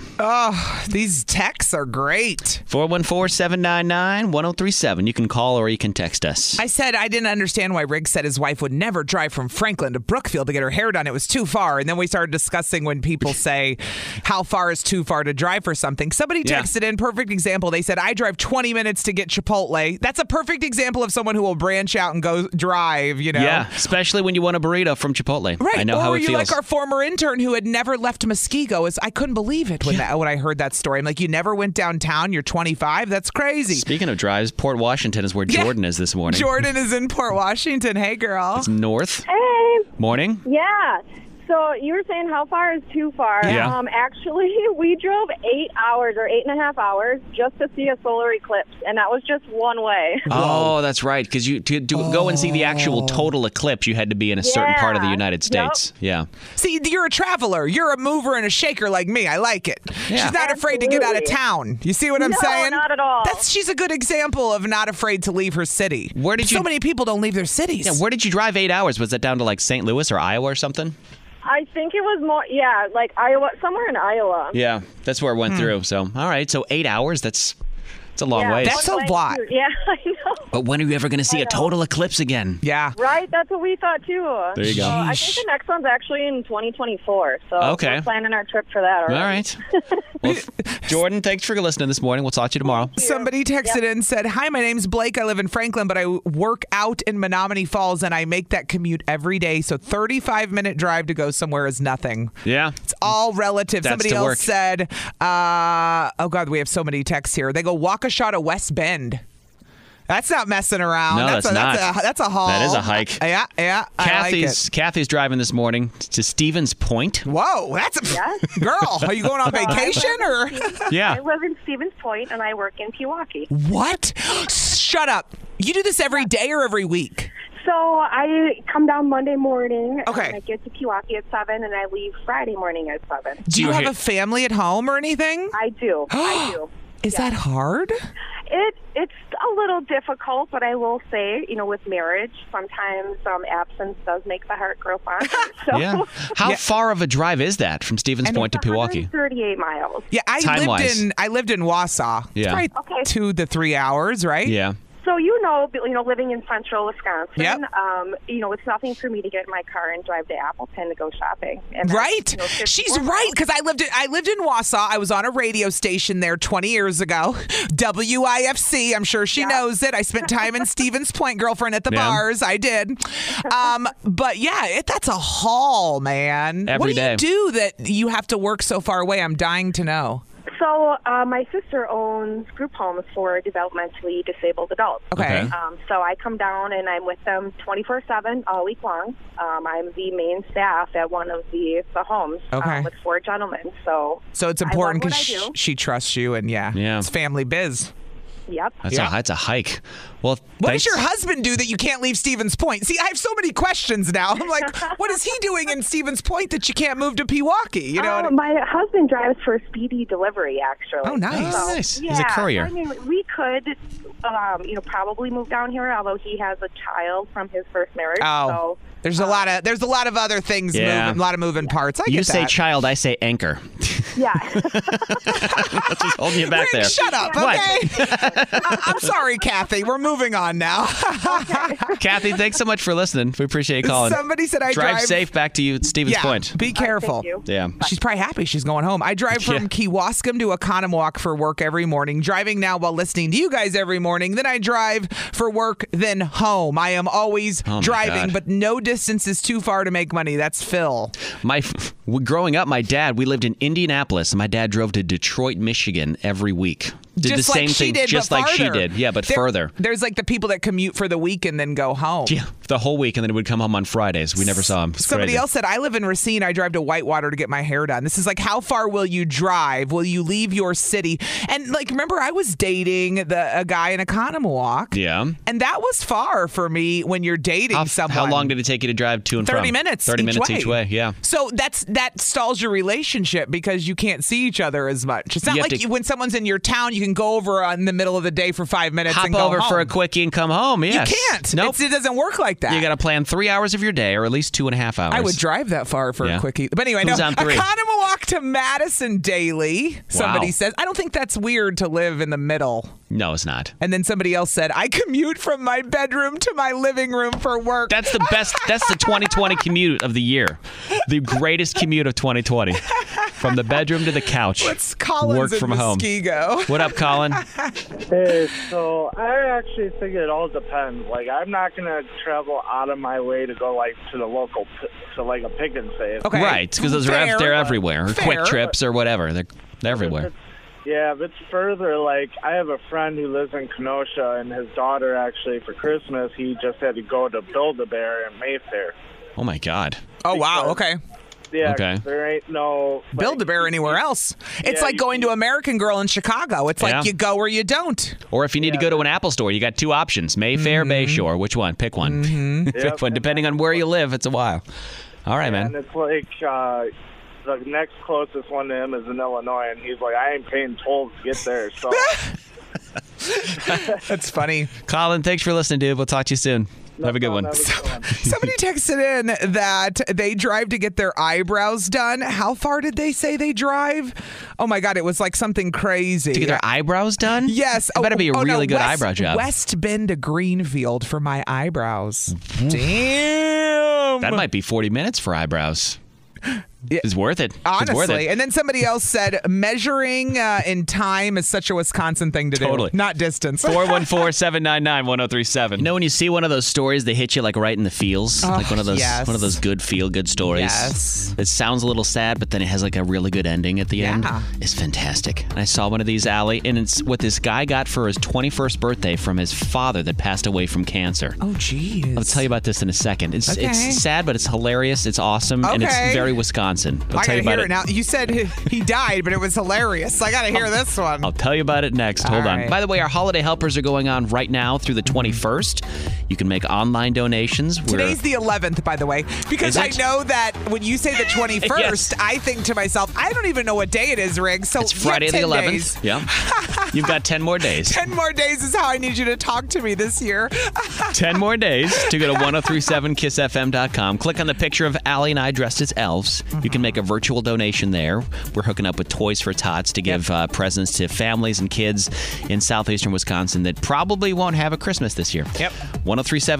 Speaker 3: These texts are great.
Speaker 4: 414 799 1037. You can call or you can text us.
Speaker 3: I said I didn't understand why Riggs said his wife would never drive from Franklin to Brookfield to get her hair done. It was too far. And then we started discussing when people say how far is too far to drive for something. Somebody
Speaker 4: Yeah.
Speaker 3: texted in, perfect example. They said, I drive 20 minutes to get Chipotle. That's a perfect example of someone who will branch out and go drive, you know?
Speaker 4: yeah, especially when you want a burrito from Chipotle.
Speaker 3: Right.
Speaker 4: I know
Speaker 3: or
Speaker 4: how
Speaker 3: were
Speaker 4: it
Speaker 3: you
Speaker 4: feels.
Speaker 3: like our former intern who had never left Muskego is I couldn't believe it when that, when I heard that story. I'm like, you never went downtown. You're 25. That's crazy.
Speaker 4: Speaking of drives, Port Washington is where
Speaker 3: Yeah.
Speaker 4: Jordan is this morning.
Speaker 3: Jordan is in Port Washington. Hey, girl.
Speaker 4: It's north.
Speaker 5: Hey.
Speaker 4: Morning.
Speaker 5: Yeah. So you were saying how far is too far?
Speaker 4: Yeah.
Speaker 5: Um, actually, we drove eight hours or eight and a half hours just to see a solar eclipse, and that was just one way.
Speaker 4: Oh, that's right. Because you to, to go and see the actual total eclipse, you had to be in a certain part of the
Speaker 5: Yeah.
Speaker 4: United
Speaker 5: Yup.
Speaker 4: States. Yeah.
Speaker 3: See, you're a traveler. You're a mover and a shaker like me. I like it. She's not afraid to get out of
Speaker 5: Absolutely.
Speaker 3: town. You see what I'm
Speaker 5: No,
Speaker 3: saying?
Speaker 5: not at all.
Speaker 3: That's she's a good example of not afraid to leave her city.
Speaker 4: Where did
Speaker 3: so
Speaker 4: you-
Speaker 3: many people don't leave their cities?
Speaker 4: Yeah. Where did you drive eight hours? Was that down to like St. Louis or Iowa or something?
Speaker 5: I think it was more, yeah, like Iowa, somewhere in Iowa.
Speaker 4: Yeah, that's where it went through. So, all right. So eight hours. That's it's a long
Speaker 5: Yeah,
Speaker 4: ways.
Speaker 3: That's
Speaker 5: one
Speaker 3: a
Speaker 5: way
Speaker 3: lot.
Speaker 5: too. Yeah, I know.
Speaker 4: but when are you ever going to see a total eclipse again?
Speaker 3: yeah.
Speaker 5: Right, that's what we thought too.
Speaker 4: There you go.
Speaker 5: So I think the next one's actually in 2024. So
Speaker 4: Okay.
Speaker 5: we're planning our trip for that.
Speaker 4: All
Speaker 5: already.
Speaker 4: right. Well, Jordan, thanks for listening this morning. We'll talk to you tomorrow.
Speaker 3: Somebody texted in and said, Hi, my name's Blake. I live in Franklin, but I work out in Menominee Falls and I make that commute every day. So 35 minute drive to go somewhere is nothing.
Speaker 4: Yeah.
Speaker 3: It's all relative.
Speaker 4: That's
Speaker 3: Somebody
Speaker 4: to
Speaker 3: else
Speaker 4: work.
Speaker 3: said, uh, Oh, God, we have so many texts here. They go, Waukesha to West Bend. That's not messing around.
Speaker 4: No,
Speaker 3: a,
Speaker 4: that's
Speaker 3: That's
Speaker 4: not.
Speaker 3: a, that's a haul. Uh,
Speaker 4: That is a hike.
Speaker 3: Yeah, yeah.
Speaker 4: Kathy's Kathy's driving this morning to Stevens Point.
Speaker 3: I like it. Whoa, that's a girl. Are you going on vacation or
Speaker 4: Yeah.
Speaker 6: I live in Stevens Point and I work in Pewaukee.
Speaker 3: what? Shut up. You do this every day or every week?
Speaker 6: So I come down Monday morning.
Speaker 3: Okay.
Speaker 6: And I get to Pewaukee at 7 and I leave Friday morning at 7.
Speaker 3: Do you
Speaker 4: you
Speaker 3: have
Speaker 4: hate-
Speaker 3: a family at home or anything?
Speaker 5: Uh,
Speaker 6: I do. I do.
Speaker 3: Is that hard?
Speaker 6: It it's a little difficult, but I will say, you know, with marriage, sometimes um, absence does make the heart grow fonder. So
Speaker 4: Yeah. How far of a drive is that from Stevens Point to Pewaukee?
Speaker 6: 138 miles.
Speaker 3: Yeah, I lived
Speaker 4: Time-wise.
Speaker 3: in I lived in Wausau. It's
Speaker 4: Yeah.
Speaker 3: probably
Speaker 6: Okay.
Speaker 3: two to three hours, right?
Speaker 4: Yeah.
Speaker 6: So you know, you know, living in central Wisconsin,
Speaker 3: Yep.
Speaker 6: um, you know, it's nothing for me to get in my car and drive to Appleton to go shopping. And that's,
Speaker 3: Right.
Speaker 6: you know, 54
Speaker 3: She's
Speaker 6: miles.
Speaker 3: right because I lived in, I lived in Wausau. I was on a radio station there 20 years ago, WIFC. I'm sure she knows it. I spent time in Stevens Point, girlfriend at the
Speaker 4: Yeah.
Speaker 3: bars. I did. Um, but yeah, it, that's a haul, man. what
Speaker 4: Every
Speaker 3: do
Speaker 4: day.
Speaker 3: you do that you have to work so far away? I'm dying to know.
Speaker 6: So uh, my sister owns group homes for developmentally disabled adults.
Speaker 3: Okay.
Speaker 5: Uh,
Speaker 4: Okay.
Speaker 6: Um, so I come down and I'm with them 24/7 all week long. Um, I'm the main staff at one of the the homes um,
Speaker 3: Okay.
Speaker 6: with four gentlemen. So
Speaker 3: So it's
Speaker 6: I love
Speaker 3: important
Speaker 6: what
Speaker 3: because
Speaker 6: I do.
Speaker 3: she trusts you, and yeah,
Speaker 4: Yeah.
Speaker 3: it's family biz.
Speaker 6: yep.
Speaker 4: That's
Speaker 3: Yeah.
Speaker 4: a that's a hike. Well,
Speaker 3: What
Speaker 4: thanks.
Speaker 3: does your husband do that you can't leave Stevens Point? See, I have so many questions now. I'm like, what is he doing in Stevens Point that you can't move to Pewaukee? You know? what I-
Speaker 6: Uh,
Speaker 5: Um,
Speaker 6: my husband drives for speedy delivery, actually.
Speaker 3: Oh, nice.
Speaker 4: Oh, nice.
Speaker 6: Yeah,
Speaker 4: He's a
Speaker 6: so,
Speaker 4: courier.
Speaker 6: I mean, we could, um, you know, probably move down here, although he has a child from his first marriage.
Speaker 3: Oh,
Speaker 6: So
Speaker 3: there's a lot of there's a lot of other things
Speaker 4: Yeah.
Speaker 3: moving, a lot of moving parts. I
Speaker 4: You
Speaker 3: get
Speaker 4: say
Speaker 3: that.
Speaker 4: child, I say anchor.
Speaker 6: yeah.
Speaker 4: That's what's holding you back
Speaker 3: Rick,
Speaker 4: there.
Speaker 3: Shut up,
Speaker 4: What?
Speaker 3: okay? I- I'm sorry, Kathy. We're moving on now.
Speaker 4: Kathy, thanks so much for listening. We appreciate you calling.
Speaker 3: Somebody said I
Speaker 4: drive,
Speaker 3: drive-
Speaker 4: safe back to you at Stevens
Speaker 3: yeah,
Speaker 4: Point.
Speaker 3: be careful.
Speaker 6: you.
Speaker 4: Yeah.
Speaker 3: She's probably happy she's going home. I drive from
Speaker 4: Yeah.
Speaker 3: Kewaskum to Economwalk for work every morning, driving now while listening to you guys every morning. Then I drive for work, then home. I am always
Speaker 4: Oh my
Speaker 3: driving,
Speaker 4: God.
Speaker 3: but no distance is too far to make money. That's Phil.
Speaker 4: My w- growing up, my dad, we lived in Indianapolis, and my dad drove to Detroit, Michigan every week. Did
Speaker 3: just
Speaker 4: the same
Speaker 3: like she
Speaker 4: thing,
Speaker 3: did,
Speaker 4: just
Speaker 3: but
Speaker 4: like she
Speaker 3: farther.
Speaker 4: did. Yeah, but
Speaker 3: There-
Speaker 4: further.
Speaker 3: There's like the people that commute for the week and then go home.
Speaker 4: Yeah, the whole week, and then it would come home on Fridays. We never saw him. It's
Speaker 3: Somebody
Speaker 4: crazy.
Speaker 3: else said, I live in Racine. I drive to Whitewater to get my hair done. This is like, how far will you drive? Will you leave your city? And like, remember, I was dating the, a guy in Economwalk.
Speaker 4: Yeah.
Speaker 3: And that was far for me when you're dating
Speaker 4: How,
Speaker 3: someone.
Speaker 4: how long did it take you to drive to and
Speaker 3: 30
Speaker 4: from?
Speaker 3: minutes.
Speaker 4: 30
Speaker 3: each
Speaker 4: minutes
Speaker 3: way.
Speaker 4: each way, yeah.
Speaker 3: So that's that stalls your relationship because you can't see each other as much. It's not
Speaker 4: You have
Speaker 3: like
Speaker 4: to-
Speaker 3: you, when someone's in your town, you can go over in the middle of the day for five minutes
Speaker 4: Hop
Speaker 3: and go
Speaker 4: over for a
Speaker 3: home.
Speaker 4: quickie and come home.
Speaker 3: You
Speaker 4: Yes.
Speaker 3: can't.
Speaker 4: Nope.
Speaker 3: It's, it doesn't work like that.
Speaker 4: You got to plan three hours of your day, or at least two and a half hours.
Speaker 3: I would drive that far for a
Speaker 4: Yeah.
Speaker 3: quickie. But anyway,
Speaker 4: Who's
Speaker 3: no.
Speaker 4: on three?
Speaker 3: Economowalk to Madison daily. Somebody
Speaker 4: Wow.
Speaker 3: says, I don't think that's weird to live in the middle.
Speaker 4: No, it's not.
Speaker 3: And then somebody else said, I commute from my bedroom to my living room for work.
Speaker 4: That's the best. That's the 2020 commute of the year. The greatest commute of 2020. From the bedroom to the couch.
Speaker 3: That's Collins
Speaker 4: Work
Speaker 3: in
Speaker 4: from home.
Speaker 3: Muskego.
Speaker 4: What up, Colin?
Speaker 7: Hey, so I actually think it all depends. Like, I'm not gonna travel out of my way to go like to the local p- of like a pick and save.
Speaker 3: Okay.
Speaker 4: Right, because those are
Speaker 3: Fair.
Speaker 4: ev- they're everywhere. Or
Speaker 3: Fair.
Speaker 4: Quick trips or whatever. They're, they're everywhere.
Speaker 7: Yeah, if it's further, like I have a friend who lives in Kenosha, and his daughter actually for Christmas he just had to go to Build a Bear in Mayfair.
Speaker 4: Oh my God.
Speaker 3: Oh wow. Okay.
Speaker 7: Yeah,
Speaker 4: Okay.
Speaker 7: there ain't no like,
Speaker 3: Build a bear anywhere else. It's
Speaker 7: Yeah,
Speaker 3: like
Speaker 7: you-
Speaker 3: going to American Girl in Chicago. It's
Speaker 4: Yeah.
Speaker 3: like you go or you don't.
Speaker 4: Or if you need to go to an Apple store, you got two options: Mayfair,
Speaker 3: Mm-hmm.
Speaker 4: Bayshore. Which one? Pick one. Pick
Speaker 7: Yep.
Speaker 4: one. Depending on where you live, it's a while. All right,
Speaker 7: And
Speaker 4: man.
Speaker 7: it's like uh, the next closest one to him is in Illinois, and he's like, I ain't paying tolls to get there. So
Speaker 3: That's funny.
Speaker 4: Colin, thanks for listening, dude. We'll talk to you soon. Have a good one.
Speaker 7: Have a good one.
Speaker 3: Somebody texted in that they drive to get their eyebrows done. How far did they say they drive? Oh my God, it was like something crazy.
Speaker 4: to get their eyebrows done?
Speaker 3: Yes.
Speaker 4: It better be a
Speaker 3: oh, no,
Speaker 4: really good
Speaker 3: West-
Speaker 4: eyebrow job.
Speaker 3: West Bend to Greenfield for my eyebrows. Damn.
Speaker 4: That might be 40 minutes for eyebrows. It's worth it. it's worth
Speaker 3: Honestly.
Speaker 4: it.
Speaker 3: And then somebody else said measuring uh, in time is such a Wisconsin thing to do.
Speaker 4: Totally.
Speaker 3: Not distance.
Speaker 4: 414 799 1037. You know, when you see one of those stories, they hit you like right in the feels. like one of those
Speaker 3: yes.
Speaker 4: one of those good feel good stories.
Speaker 3: Yes.
Speaker 4: It sounds a little sad, but then it has like a really good ending at the end.
Speaker 3: Yeah.
Speaker 4: It's fantastic. And I saw one of these alley, and it's what this guy got for his 21st birthday from his father that passed away from cancer.
Speaker 3: Oh, jeez.
Speaker 4: I'll tell you about this in a second. It's
Speaker 3: Okay.
Speaker 4: it's sad, but it's hilarious. It's awesome, and it's
Speaker 3: Okay.
Speaker 4: very Wisconsin. I'll
Speaker 3: I
Speaker 4: tell
Speaker 3: gotta
Speaker 4: you about
Speaker 3: hear it now. You said he he died, but it was hilarious. I gotta hear this one.
Speaker 4: I'll tell you about it next. Hold
Speaker 3: All
Speaker 4: on.
Speaker 3: right.
Speaker 4: By the way, our holiday helpers are going on right now through the 21st. You can make online donations. We're-
Speaker 3: Today's the 11th, by the way, because
Speaker 4: Is
Speaker 3: I
Speaker 4: it?
Speaker 3: know that when you say the 21st,
Speaker 4: Yes.
Speaker 3: I think to myself, I don't even know what day it is, Riggs. So
Speaker 4: it's Friday
Speaker 3: yeah,
Speaker 4: the
Speaker 3: 10
Speaker 4: 11th.
Speaker 3: days.
Speaker 4: Yeah. You've got 10 more days.
Speaker 3: 10 more days is how I need you to talk to me this year.
Speaker 4: 10 more days to go to 1037kissfm.com. Click on the picture of Allie and I dressed as elves. You can make a virtual donation there. We're hooking up with Toys for Tots to give uh, presents to families and kids in southeastern Wisconsin that probably won't have a Christmas this year. oh Yep.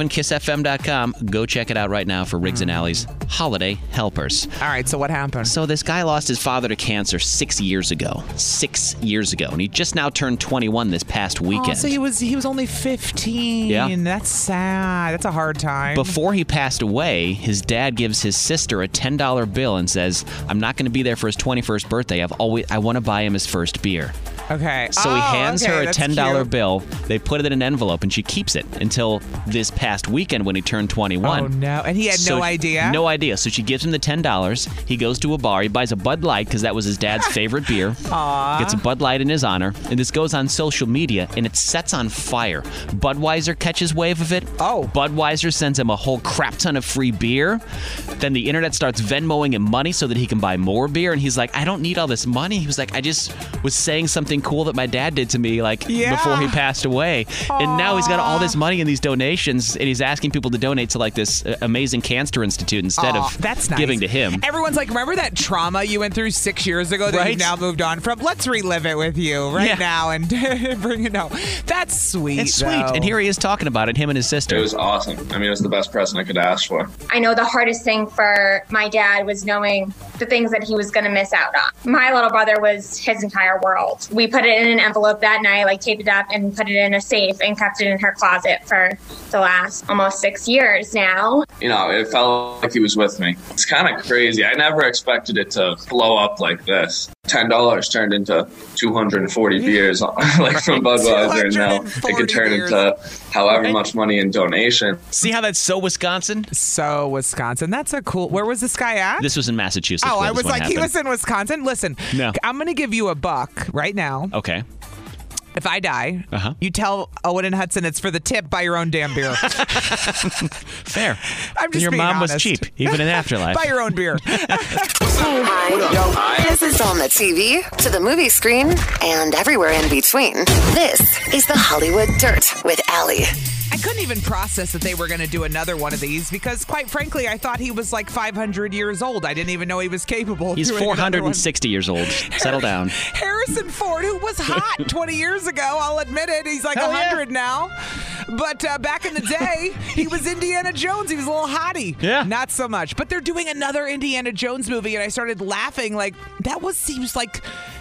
Speaker 4: 1037kissfm.com. Go check it out right now for Riggs and
Speaker 3: Mm.
Speaker 4: Allie's Holiday Helpers.
Speaker 3: All right, so what happened?
Speaker 4: So this guy lost his father to cancer six years ago. Six years ago. And he just now turned 21 this past weekend.
Speaker 3: Oh, so he was he was only 15.
Speaker 4: Yeah.
Speaker 3: That's sad. That's a hard time.
Speaker 4: Before he passed away, his dad gives his sister a $10 bill and says, "I'm not going to be there for his 21st birthday. I've always I want to buy him his first beer."
Speaker 3: okay.
Speaker 4: So
Speaker 3: Oh,
Speaker 4: he hands
Speaker 3: okay,
Speaker 4: her a
Speaker 3: that's
Speaker 4: $10
Speaker 3: cute.
Speaker 4: bill. They put it in an envelope and she keeps it until this past weekend when he turned 21.
Speaker 3: Oh, no. And he had
Speaker 4: So
Speaker 3: no
Speaker 4: she-
Speaker 3: idea?
Speaker 4: No idea. So she gives him the ten dollars. He goes to a bar. He buys a Bud Light because that was his dad's favorite beer. Gets a Bud Light in his honor, and this goes on social media and it sets on fire. Budweiser catches wave of it.
Speaker 3: Oh.
Speaker 4: Budweiser sends him a whole crap ton of free beer. Then the internet starts Venmoing him money so that he can buy more beer. And he's like, I don't need all this money. He was like, I just was saying something cool that my dad did to me, like
Speaker 3: Yeah.
Speaker 4: before he passed away. And now he's got all this money in these donations, and he's asking people to donate to like this uh, amazing cancer institute instead
Speaker 3: Aw,
Speaker 4: of
Speaker 3: that's nice.
Speaker 4: giving to him.
Speaker 3: Everyone's like, remember that trauma you went through six years ago that
Speaker 4: Right?
Speaker 3: you've now moved on from? Let's relive it with you right
Speaker 4: Yeah.
Speaker 3: now and bring it out. That's sweet.
Speaker 4: It's sweet.
Speaker 3: though.
Speaker 4: And here he is talking about it, him and his sister.
Speaker 8: It was awesome. I mean, it was the best present I could ask for.
Speaker 9: I know the hardest thing for my dad was knowing the things that he was going to miss out on. My little brother was his entire world. We put it in an envelope that night, like taped it up and put it in a safe and kept it in her closet for the last almost six years now.
Speaker 8: You know, it felt like he was with me. It's kind of crazy. I never expected it to blow up like this. Ten dollars turned into two hundred and forty beers, like from Budweiser, and now it
Speaker 3: 240
Speaker 8: could turn
Speaker 3: beers.
Speaker 8: into however much money in donation.
Speaker 4: See how that's so Wisconsin?
Speaker 3: so Wisconsin. That's a cool. Where was this guy at?
Speaker 4: This was in Massachusetts.
Speaker 3: oh,
Speaker 4: where
Speaker 3: I
Speaker 4: this
Speaker 3: was
Speaker 4: one
Speaker 3: like, he
Speaker 4: happened.
Speaker 3: was in Wisconsin. Listen,
Speaker 4: No.
Speaker 3: I'm going to give you a buck right now.
Speaker 4: Okay.
Speaker 3: If I die,
Speaker 4: Uh-huh.
Speaker 3: you tell Owen and Hudson it's for the tip. Buy your own damn beer.
Speaker 4: Fair.
Speaker 3: I'm just
Speaker 4: Your
Speaker 3: being
Speaker 4: mom was
Speaker 3: honest.
Speaker 4: cheap, even in afterlife.
Speaker 3: buy your own beer.
Speaker 2: Hi. This is on the TV, to the movie screen, and everywhere in between. This is the Hollywood Dirt with Allie.
Speaker 3: I couldn't even process that they were going to do another one of these because, quite frankly, I thought he was like 500 years old. I didn't even know he was capable. of
Speaker 4: He's
Speaker 3: doing another one.
Speaker 4: 460 years old. Settle down.
Speaker 3: Harrison Ford, who was hot 20 years ago, I'll admit it. He's like
Speaker 4: Hell yeah.
Speaker 3: 100 now. But uh, back in the day, he was Indiana Jones. He was a little hottie.
Speaker 4: Yeah.
Speaker 3: Not so much. But they're doing another Indiana Jones movie, and I started laughing. Like, that was seems like. That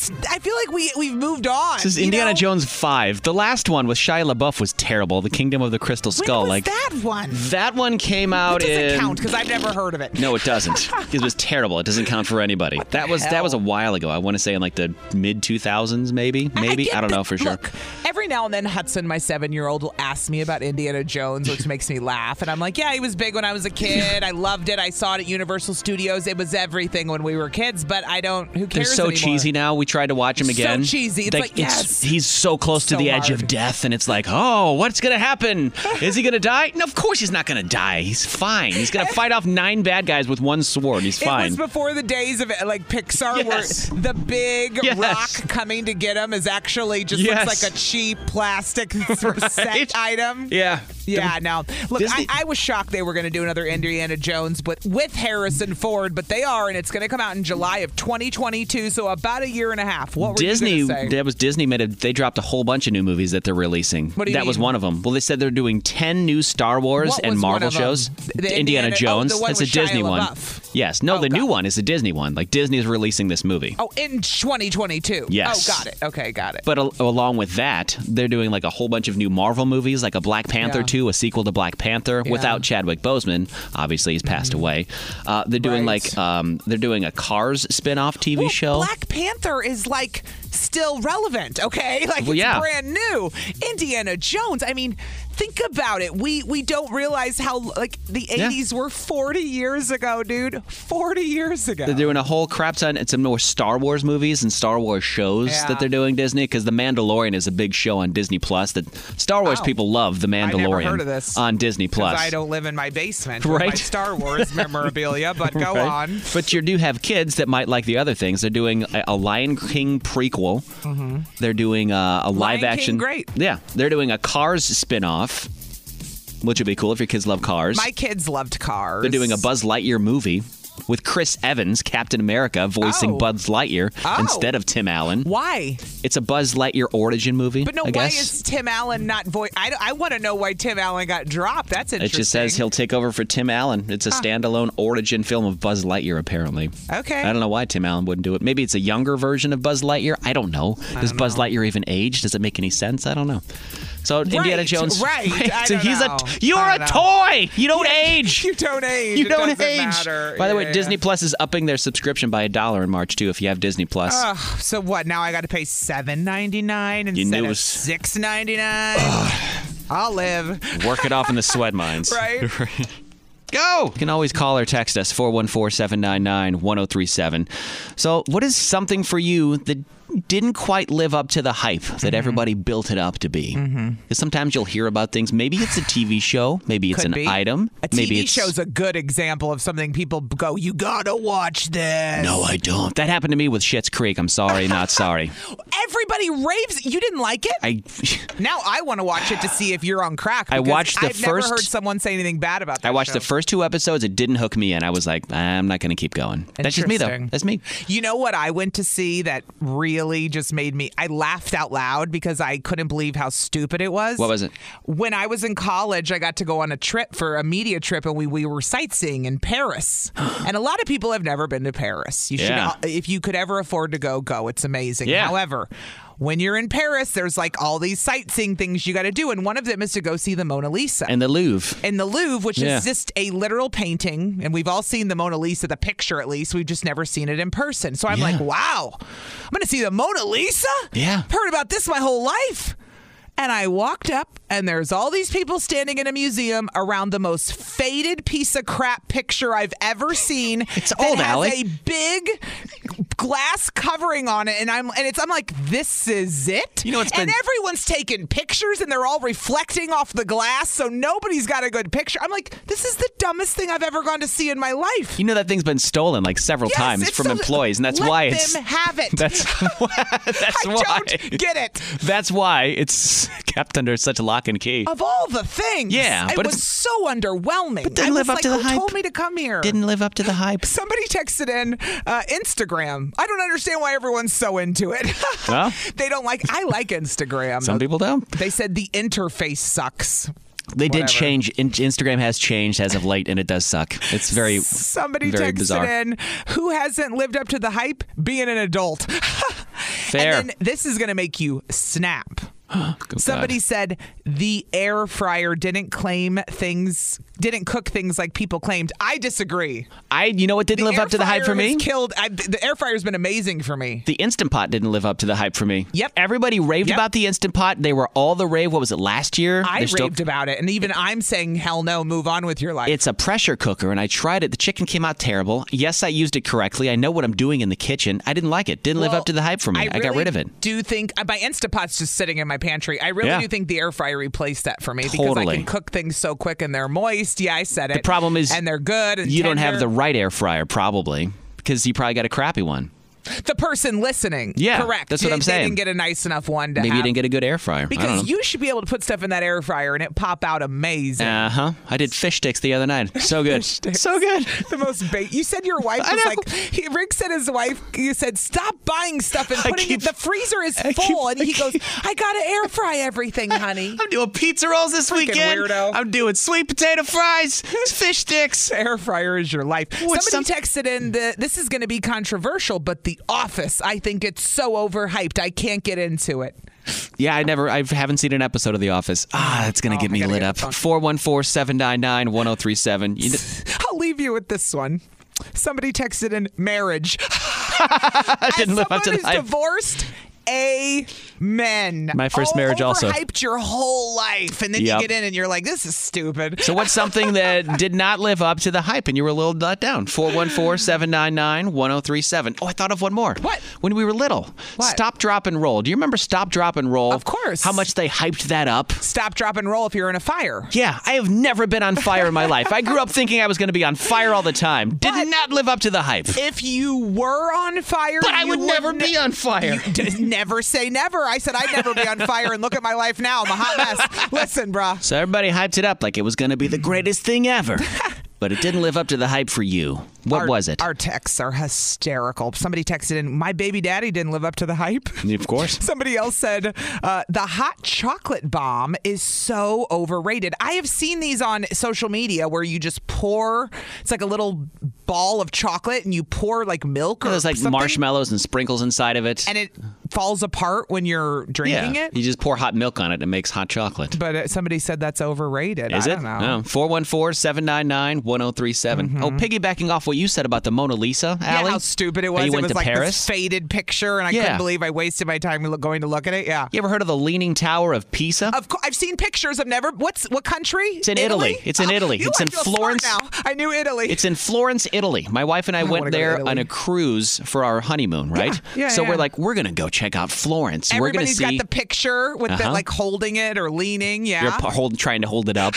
Speaker 3: that's. I feel like we we've moved on.
Speaker 4: This is
Speaker 3: you
Speaker 4: Indiana
Speaker 3: know?
Speaker 4: Jones 5. The last one with Shia LaBeouf was terrible. The Kingdom of the Crystal Skull.
Speaker 3: was
Speaker 4: like
Speaker 3: that one?
Speaker 4: That one came out
Speaker 3: doesn't
Speaker 4: in
Speaker 3: count because I've never heard of it.
Speaker 4: No, it doesn't. it was terrible. It doesn't count for anybody. That was that was a while ago. I want to say in like the mid 2000s maybe. Maybe.
Speaker 3: get
Speaker 4: I, don't
Speaker 3: the-
Speaker 4: know for
Speaker 3: look,
Speaker 4: sure.
Speaker 3: Every now and then, Hudson, my seven-year-old, will ask me about Indiana Jones, which makes me laugh. And I'm like, "Yeah, he was big when I was a kid. I loved it. I saw it at Universal Studios. It was everything when we were kids. But I don't. Who
Speaker 4: They're
Speaker 3: cares?
Speaker 4: so
Speaker 3: anymore?
Speaker 4: cheesy now. We tried to watch him
Speaker 3: So
Speaker 4: again.
Speaker 3: cheesy. It's like, yes.
Speaker 4: he's so close
Speaker 3: So
Speaker 4: to the edge of
Speaker 3: hard.
Speaker 4: death, and it's like, oh, what's gonna happen? Is he gonna die? No, of course he's not gonna die. He's fine. He's gonna fight off nine bad guys with one sword. He's
Speaker 3: It
Speaker 4: fine.
Speaker 3: was before the days of like Pixar,
Speaker 4: Yes.
Speaker 3: where the big
Speaker 4: Yes.
Speaker 3: rock coming to get him is actually just looks
Speaker 4: Yes.
Speaker 3: like a cheap plastic set item.
Speaker 4: yeah.
Speaker 3: Yeah, no. Look, I,
Speaker 4: Disney-
Speaker 3: I was shocked they were going to do another Indiana Jones, but with Harrison Ford, but they are, and it's going to come out in July of 2022, so about a year and a half. What were
Speaker 4: Disney,
Speaker 3: you gonna say?
Speaker 4: that was Disney made a, they dropped a whole bunch of new movies that they're releasing.
Speaker 3: What do you
Speaker 4: that was
Speaker 3: mean?
Speaker 4: one of them. Well, they said they're doing 10 new Star Wars
Speaker 3: What
Speaker 4: and
Speaker 3: was one
Speaker 4: Marvel
Speaker 3: of 'em?
Speaker 4: shows.
Speaker 3: The Indiana-
Speaker 4: Indiana,
Speaker 3: oh, the
Speaker 4: Jones.
Speaker 3: one
Speaker 4: That's
Speaker 3: with
Speaker 4: a Disney
Speaker 3: Shia
Speaker 4: one.
Speaker 3: LaBeouf.
Speaker 4: Yes. No,
Speaker 3: Oh,
Speaker 4: the
Speaker 3: God.
Speaker 4: new one is a Disney one. Like Disney's releasing this movie.
Speaker 3: Oh, in 2022.
Speaker 4: Yes.
Speaker 3: Oh, got it. Okay, got it.
Speaker 4: But al- along with that, they're doing like a whole bunch of new Marvel movies, like a Black Panther
Speaker 3: Yeah.
Speaker 4: 2, a sequel to Black Panther without Chadwick Boseman. Obviously, he's passed away. Uh, they're
Speaker 3: Mm-hmm.
Speaker 4: doing
Speaker 3: Right.
Speaker 4: like um, they're doing a Cars spin-off TV
Speaker 3: Well,
Speaker 4: show.
Speaker 3: Black Panther is like still relevant, okay? Like
Speaker 4: Well,
Speaker 3: it's
Speaker 4: yeah.
Speaker 3: brand new. Indiana Jones. I mean, think about it. We we don't realize how like the
Speaker 4: Yeah.
Speaker 3: 80s were 40 years ago, dude. 40 years ago.
Speaker 4: They're doing a whole crap ton. It's some more Star Wars movies and Star Wars shows
Speaker 3: Yeah.
Speaker 4: that they're doing Disney because The Mandalorian is a big show on Disney Plus. That Star Wars
Speaker 3: Oh.
Speaker 4: people love The
Speaker 3: I never
Speaker 4: Mandalorian
Speaker 3: heard of this
Speaker 4: on Disney
Speaker 3: 'cause
Speaker 4: Plus.
Speaker 3: I don't live in my basement with my
Speaker 4: Right.
Speaker 3: Star Wars memorabilia, but go
Speaker 4: Right?
Speaker 3: on.
Speaker 4: But you do have kids that might like the other things. They're doing a, a Lion King prequel. They're doing a, a live
Speaker 3: Mm-hmm. Lion King,
Speaker 4: action.
Speaker 3: great.
Speaker 4: Yeah, they're doing a Cars spin-off, which would be cool if your kids love cars.
Speaker 3: My kids loved cars.
Speaker 4: They're doing a Buzz Lightyear movie with Chris Evans, Captain America, voicing
Speaker 3: Oh.
Speaker 4: Buzz Lightyear
Speaker 3: Oh.
Speaker 4: instead of Tim Allen.
Speaker 3: Why?
Speaker 4: It's a Buzz Lightyear origin movie.
Speaker 3: But no,
Speaker 4: I
Speaker 3: why
Speaker 4: guess.
Speaker 3: is Tim Allen not voice? I, don't- I want to know why Tim Allen got dropped. That's
Speaker 4: it
Speaker 3: interesting.
Speaker 4: just says he'll take over for Tim Allen. It's a standalone origin film of Buzz Lightyear, apparently.
Speaker 3: Okay.
Speaker 4: I don't know why Tim Allen wouldn't do it. Maybe it's a younger version of Buzz Lightyear. I don't know. Does Buzz Lightyear even age? Does it make any sense? I don't know. So Indiana Jones.
Speaker 3: right. I
Speaker 4: so
Speaker 3: don't
Speaker 4: he's
Speaker 3: know.
Speaker 4: a. You're
Speaker 3: I
Speaker 4: a
Speaker 3: don't
Speaker 4: toy. You don't age.
Speaker 3: You don't age.
Speaker 4: You
Speaker 3: It
Speaker 4: don't
Speaker 3: doesn't
Speaker 4: age.
Speaker 3: matter.
Speaker 4: By the way,
Speaker 3: Yeah.
Speaker 4: Disney Plus is upping their subscription by a dollar in March too. If you have Disney Plus,
Speaker 3: Ugh, so what? Now I got to pay seven ninety nine
Speaker 4: knew
Speaker 3: instead
Speaker 4: it
Speaker 3: of
Speaker 4: was-
Speaker 3: six ninety nine. I'll live.
Speaker 4: work it off in the sweat mines.
Speaker 3: Right.
Speaker 4: Go! You can always call or text us 414 799 1037. So, what is something for you that didn't quite live up to the hype that
Speaker 3: Mm-hmm.
Speaker 4: everybody built it up to be? Because sometimes you'll hear about things. Maybe it's a TV show, maybe it's
Speaker 3: Could
Speaker 4: an
Speaker 3: be.
Speaker 4: item,
Speaker 3: A
Speaker 4: maybe
Speaker 3: TV
Speaker 4: it's.
Speaker 3: show's a good example of something people go, "You gotta watch this."
Speaker 4: no, I don't. That happened to me with Shit's Creek. I'm sorry, not sorry.
Speaker 3: Everybody raves. You didn't like it.
Speaker 4: I
Speaker 3: now I want to watch it to see if you're on crack.
Speaker 4: I
Speaker 3: because
Speaker 4: watched the
Speaker 3: I've
Speaker 4: first-
Speaker 3: never heard someone say anything bad about. That
Speaker 4: I watched
Speaker 3: show.
Speaker 4: the first two episodes. It didn't hook me in. I was like, I'm not going to keep going. That's just me, though.
Speaker 3: Interesting.
Speaker 4: That's me.
Speaker 3: You know what I went to see that really just made me I laughed out loud because I couldn't believe how stupid it was.
Speaker 4: What was it?
Speaker 3: When I was in college, I got to go on a trip for a media trip and we, we were sightseeing in Paris. and a lot of people have never been to Paris. You
Speaker 4: Yeah.
Speaker 3: should if you could ever afford to go, go. It's amazing.
Speaker 4: Yeah.
Speaker 3: However, when you're in Paris, there's like all these sightseeing things you got to do and one of them is to go see the Mona Lisa
Speaker 4: And the Louvre.
Speaker 3: in the Louvre, which
Speaker 4: Yeah.
Speaker 3: is just a literal painting, and we've all seen the Mona Lisa, the picture at least. We've just never seen it in person. So I'm like, wow, I'm going to see the Mona Lisa?
Speaker 4: Yeah.
Speaker 3: I've heard about this my whole life. And I walked up, and there's all these people standing in a museum around the most faded piece of crap picture I've ever seen.
Speaker 4: It's
Speaker 3: that
Speaker 4: old,
Speaker 3: has
Speaker 4: Allie.
Speaker 3: A big glass covering on it, and I'm and it's I'm like, this is it.
Speaker 4: You know, it's
Speaker 3: and
Speaker 4: been-
Speaker 3: everyone's taking pictures and they're all reflecting off the glass, so nobody's got a good picture. I'm like, this is the dumbest thing I've ever gone to see in my life.
Speaker 4: You know that thing's been stolen like several
Speaker 3: Yes,
Speaker 4: times
Speaker 3: it's
Speaker 4: from
Speaker 3: so-
Speaker 4: employees, and that's
Speaker 3: let
Speaker 4: why
Speaker 3: them
Speaker 4: it's
Speaker 3: have it.
Speaker 4: That's that's
Speaker 3: I
Speaker 4: why.
Speaker 3: don't get it.
Speaker 4: That's why it's kept under such lock and key.
Speaker 3: Of all the things,
Speaker 4: Yeah,
Speaker 3: it
Speaker 4: but
Speaker 3: was
Speaker 4: it's-
Speaker 3: so underwhelming.
Speaker 4: But didn't
Speaker 3: I was
Speaker 4: live up
Speaker 3: like,
Speaker 4: to the
Speaker 3: who
Speaker 4: hype.
Speaker 3: told me to come here?
Speaker 4: Didn't live up to the hype.
Speaker 3: Somebody texted in uh, Instagram. I don't understand why everyone's so into it.
Speaker 4: Well.
Speaker 3: they don't like. I like Instagram.
Speaker 4: Some people don't.
Speaker 3: They said the interface sucks.
Speaker 4: They
Speaker 3: Whatever.
Speaker 4: did change. In- Instagram has changed as of late, and it does suck. It's very
Speaker 3: Somebody
Speaker 4: very
Speaker 3: texted
Speaker 4: bizarre.
Speaker 3: in who hasn't lived up to the hype being an adult.
Speaker 4: Fair. Oh,
Speaker 3: And then this is going to make you snap. Somebody
Speaker 4: God.
Speaker 3: said the air fryer didn't claim things, didn't cook things like people claimed. I disagree.
Speaker 4: I, you know what didn't live
Speaker 3: air
Speaker 4: up to the hype for
Speaker 3: fryer has
Speaker 4: me?
Speaker 3: Killed. I, the air fryer's been amazing for me.
Speaker 4: the Instant Pot didn't live up to the hype for me.
Speaker 3: Yep.
Speaker 4: Everybody raved
Speaker 3: Yep.
Speaker 4: about the Instant Pot. They were all the rave. What was it last year?
Speaker 3: I
Speaker 4: They're
Speaker 3: raved
Speaker 4: still-
Speaker 3: about it, and even I'm saying, hell no, move on with your life.
Speaker 4: It's a pressure cooker, and I tried it. The chicken came out terrible. Yes, I used it correctly. I know what I'm doing in the kitchen. I didn't like it. Didn't live
Speaker 3: Well,
Speaker 4: up to the hype for me. I, got
Speaker 3: really
Speaker 4: rid of it.
Speaker 3: Do think uh, my Instapot's just sitting in my pantry? I really
Speaker 4: Yeah.
Speaker 3: do think the air fryer replaced that for me because I
Speaker 4: Totally.
Speaker 3: can cook things so quick and they're moist. Yeah, I said it.
Speaker 4: The problem is
Speaker 3: and they're good. And
Speaker 4: You don't have the
Speaker 3: tender.
Speaker 4: right air fryer, probably, because you probably got a crappy one.
Speaker 3: the person listening.
Speaker 4: Yeah,
Speaker 3: correct.
Speaker 4: that's what
Speaker 3: They-
Speaker 4: I'm
Speaker 3: They
Speaker 4: saying.
Speaker 3: didn't get a nice enough one to
Speaker 4: Maybe you
Speaker 3: have.
Speaker 4: didn't get a good air fryer. I
Speaker 3: because
Speaker 4: don't know.
Speaker 3: you should be able to put stuff in that air fryer and it pop out amazing.
Speaker 4: Uh huh. I did fish sticks the other night. So good. so good.
Speaker 3: the most bait. You said your wife
Speaker 4: I
Speaker 3: was
Speaker 4: know.
Speaker 3: like, he, Rick said his wife, you said, stop buying stuff and
Speaker 4: I
Speaker 3: putting
Speaker 4: keep-
Speaker 3: it, the freezer is
Speaker 4: I
Speaker 3: full.
Speaker 4: keep-
Speaker 3: and
Speaker 4: I
Speaker 3: he goes,
Speaker 4: keep-
Speaker 3: I got to air fry everything, honey.
Speaker 4: I'm doing pizza rolls this weekend.
Speaker 3: weirdo.
Speaker 4: I'm doing sweet potato fries, fish sticks.
Speaker 3: air fryer is your life.
Speaker 4: Which
Speaker 3: Somebody texted in the this is going to be controversial, but The Office, I think it's so overhyped. I can't get into it.
Speaker 4: Yeah, I never, I haven't seen an episode of The Office. Ah, it's going to get
Speaker 3: Oh, I
Speaker 4: me
Speaker 3: gotta
Speaker 4: lit
Speaker 3: get
Speaker 4: up.
Speaker 3: the phone.
Speaker 4: 414 799 1037.
Speaker 3: I'll leave you with this one. Somebody texted in marriage.
Speaker 4: didn't
Speaker 3: As
Speaker 4: live
Speaker 3: someone
Speaker 4: up to the
Speaker 3: who's
Speaker 4: hype.
Speaker 3: divorced. Amen.
Speaker 4: My first
Speaker 3: Oh,
Speaker 4: marriage also.
Speaker 3: overhyped your whole life, and then
Speaker 4: Yep.
Speaker 3: you get in and you're like, "This is stupid."
Speaker 4: So, what's something that did not live up to the hype and you were a little let down? 414 799 1037. Oh, I thought of one more.
Speaker 3: What?
Speaker 4: When we were little.
Speaker 3: What?
Speaker 4: Stop, drop, and roll. Do you remember Stop, drop, and roll?
Speaker 3: Of course.
Speaker 4: How much they hyped that up?
Speaker 3: Stop, drop, and roll if you're in a fire.
Speaker 4: Yeah, I have never been on fire in my life. I grew up thinking I was going to be on fire all the time. Did
Speaker 3: But-
Speaker 4: not live up to the hype.
Speaker 3: If you were on fire,
Speaker 4: But I
Speaker 3: you
Speaker 4: would never
Speaker 3: ne-
Speaker 4: be on fire.
Speaker 3: You d- never say never. I said I'd never be on fire, and look at my life now. I'm a hot mess. Listen, bruh.
Speaker 4: So everybody hyped it up like it was going to be the greatest thing ever. but it didn't live up to the hype for you. What
Speaker 3: Our-
Speaker 4: was it?
Speaker 3: Our texts are hysterical. Somebody texted in, "My baby daddy didn't live up to the hype."
Speaker 4: of course.
Speaker 3: Somebody else said uh, the hot chocolate bomb is so overrated. I have seen these on social media where you just pour. It's like a little ball of chocolate, and you pour like milk or
Speaker 4: There's like
Speaker 3: something,
Speaker 4: marshmallows and sprinkles inside of it.
Speaker 3: and it falls apart when you're drinking
Speaker 4: yeah.
Speaker 3: it.
Speaker 4: You just pour hot milk on it and it makes hot chocolate.
Speaker 3: But uh, somebody said that's overrated.
Speaker 4: Is
Speaker 3: I
Speaker 4: it?
Speaker 3: don't
Speaker 4: Oh.
Speaker 3: know. Mm-hmm.
Speaker 4: No. 414-799-1037. Oh, piggybacking off what you said about the Mona Lisa,
Speaker 3: Yeah,
Speaker 4: Allie.
Speaker 3: how stupid it
Speaker 4: How
Speaker 3: was.
Speaker 4: you
Speaker 3: It
Speaker 4: went
Speaker 3: was
Speaker 4: to
Speaker 3: like this
Speaker 4: Paris.
Speaker 3: faded picture, and I couldn't
Speaker 4: Yeah.
Speaker 3: believe I wasted my time lo- going to look at it. Yeah.
Speaker 4: you ever heard of the Leaning Tower of Pisa?
Speaker 3: Of course, I've seen pictures. I've never. What's what country? Oh, It's
Speaker 4: in Italy. It's in Italy. It's in Florence.
Speaker 3: Now I knew Italy.
Speaker 4: It's in Florence, Italy. My wife and I,
Speaker 3: wanna
Speaker 4: went
Speaker 3: go to
Speaker 4: there
Speaker 3: Italy.
Speaker 4: on a cruise for our honeymoon, right?
Speaker 3: yeah,
Speaker 4: so
Speaker 3: yeah.
Speaker 4: we're like, we're gonna go check out Florence. we're gonna
Speaker 3: Everybody's
Speaker 4: see.
Speaker 3: got the picture with the
Speaker 4: Uh-huh.
Speaker 3: like holding it or leaning. Yeah.
Speaker 4: You're p- hold, trying to hold it up.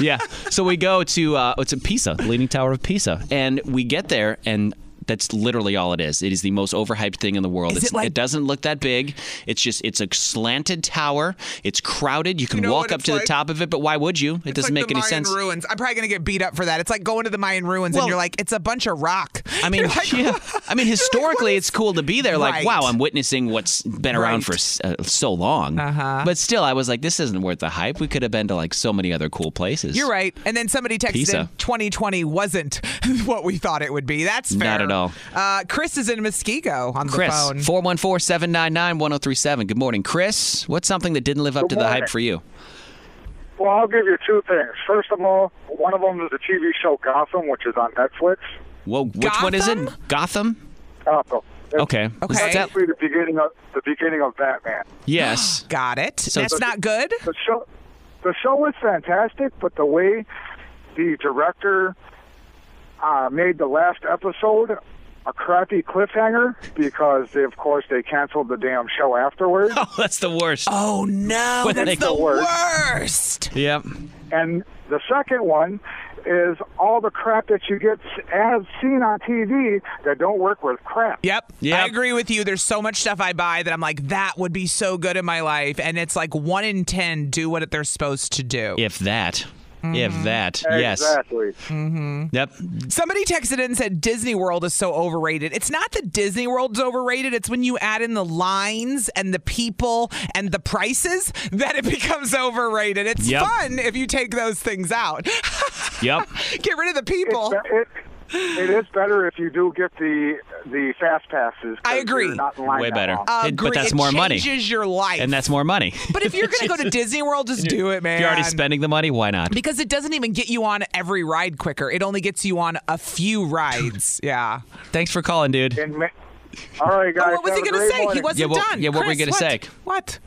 Speaker 4: yeah. So we go to uh, it's a Pisa, Leaning Tower of Pisa, and we get there and. That's literally all it is. It is the most overhyped thing in the world.
Speaker 3: Is
Speaker 4: It's-
Speaker 3: it like-
Speaker 4: doesn't look that big. It's just it's a slanted tower. It's crowded. You can
Speaker 3: know
Speaker 4: walk
Speaker 3: what
Speaker 4: up
Speaker 3: it's
Speaker 4: to
Speaker 3: like?
Speaker 4: the top of it, but why would you? It
Speaker 3: It's
Speaker 4: doesn't
Speaker 3: like
Speaker 4: make
Speaker 3: the
Speaker 4: any
Speaker 3: Mayan
Speaker 4: sense.
Speaker 3: Ruins. I'm probably gonna get beat up for that. It's like going to the Mayan ruins and
Speaker 4: Well-
Speaker 3: you're like, it's a bunch of rock.
Speaker 4: I mean,
Speaker 3: You're like,
Speaker 4: yeah. I mean, historically, it's cool to be there. Like,
Speaker 3: Right.
Speaker 4: wow, I'm witnessing what's been
Speaker 3: Right.
Speaker 4: around for s- uh, so long. Uh-huh. But still, I was like, this isn't worth the hype. We could have been to like so many other cool places.
Speaker 3: You're right. And then somebody texted in
Speaker 4: Pizza.
Speaker 3: 2020 wasn't what we thought it would be. That's fair.
Speaker 4: Not at all.
Speaker 3: Uh, Chris is in Muskego on
Speaker 4: Chris,
Speaker 3: the phone.
Speaker 4: 414 799 1037. Good morning, Chris. What's something that didn't live up to the hype for you?
Speaker 7: Well, I'll give you two things. First of all, one of them is the TV show Gotham, which is on Netflix.
Speaker 4: Whoa, which one is it?
Speaker 3: Gotham?
Speaker 4: Gotham?
Speaker 7: Gotham. It's
Speaker 4: Okay. Was
Speaker 3: Okay.
Speaker 4: that-
Speaker 7: Basically, the beginning of the beginning of Batman.
Speaker 4: yes.
Speaker 3: Got it. That's not good.
Speaker 7: The show, the show was fantastic, but the way the director uh, made the last episode a crappy cliffhanger because, they, of course, they canceled the damn show afterwards.
Speaker 4: Oh, that's the worst.
Speaker 3: Oh no,
Speaker 4: When
Speaker 3: that's
Speaker 4: they
Speaker 3: the
Speaker 4: go
Speaker 7: work.
Speaker 3: worst.
Speaker 4: Yep.
Speaker 7: And the second one is all the crap that you get as seen on TV that don't work with crap.
Speaker 3: Yep. I
Speaker 4: Yep.
Speaker 3: agree with you. There's so much stuff I buy that I'm like, that would be so good in my life. And it's like one in 10 do what they're supposed to do.
Speaker 4: If that.
Speaker 3: Hmm.
Speaker 4: If that. Yes.
Speaker 7: Exactly.
Speaker 4: Yep.
Speaker 3: Somebody texted in and said Disney World is so overrated. It's not that Disney World's overrated, it's when you add in the lines and the people and the prices that it becomes overrated. It's
Speaker 4: Yep.
Speaker 3: fun if you take those things out.
Speaker 4: Yep.
Speaker 3: Get rid of the people.
Speaker 7: It, It is better if you do get the the fast passes. 'cause
Speaker 3: I agree.
Speaker 7: you're not in line
Speaker 4: Way
Speaker 7: that
Speaker 4: better.
Speaker 7: long.
Speaker 4: It-
Speaker 3: Agree.
Speaker 4: but that's
Speaker 3: Uh, It
Speaker 4: more money.
Speaker 3: Changes your life.
Speaker 4: And that's more money.
Speaker 3: But if you're gonna go to Disney World, just do it, man.
Speaker 4: If you're already spending the money, why not?
Speaker 3: Because it doesn't even get you on every ride quicker. It only gets you on a few rides. Yeah.
Speaker 4: Thanks for calling, dude.
Speaker 7: And ma- all right, guys.
Speaker 3: But what was he
Speaker 7: have
Speaker 3: going to
Speaker 7: a great
Speaker 3: say? He
Speaker 7: morning.
Speaker 3: wasn't
Speaker 4: Yeah, what-
Speaker 3: done.
Speaker 4: yeah, what were you
Speaker 3: Chris,
Speaker 4: gonna
Speaker 3: what?
Speaker 4: say?
Speaker 3: What?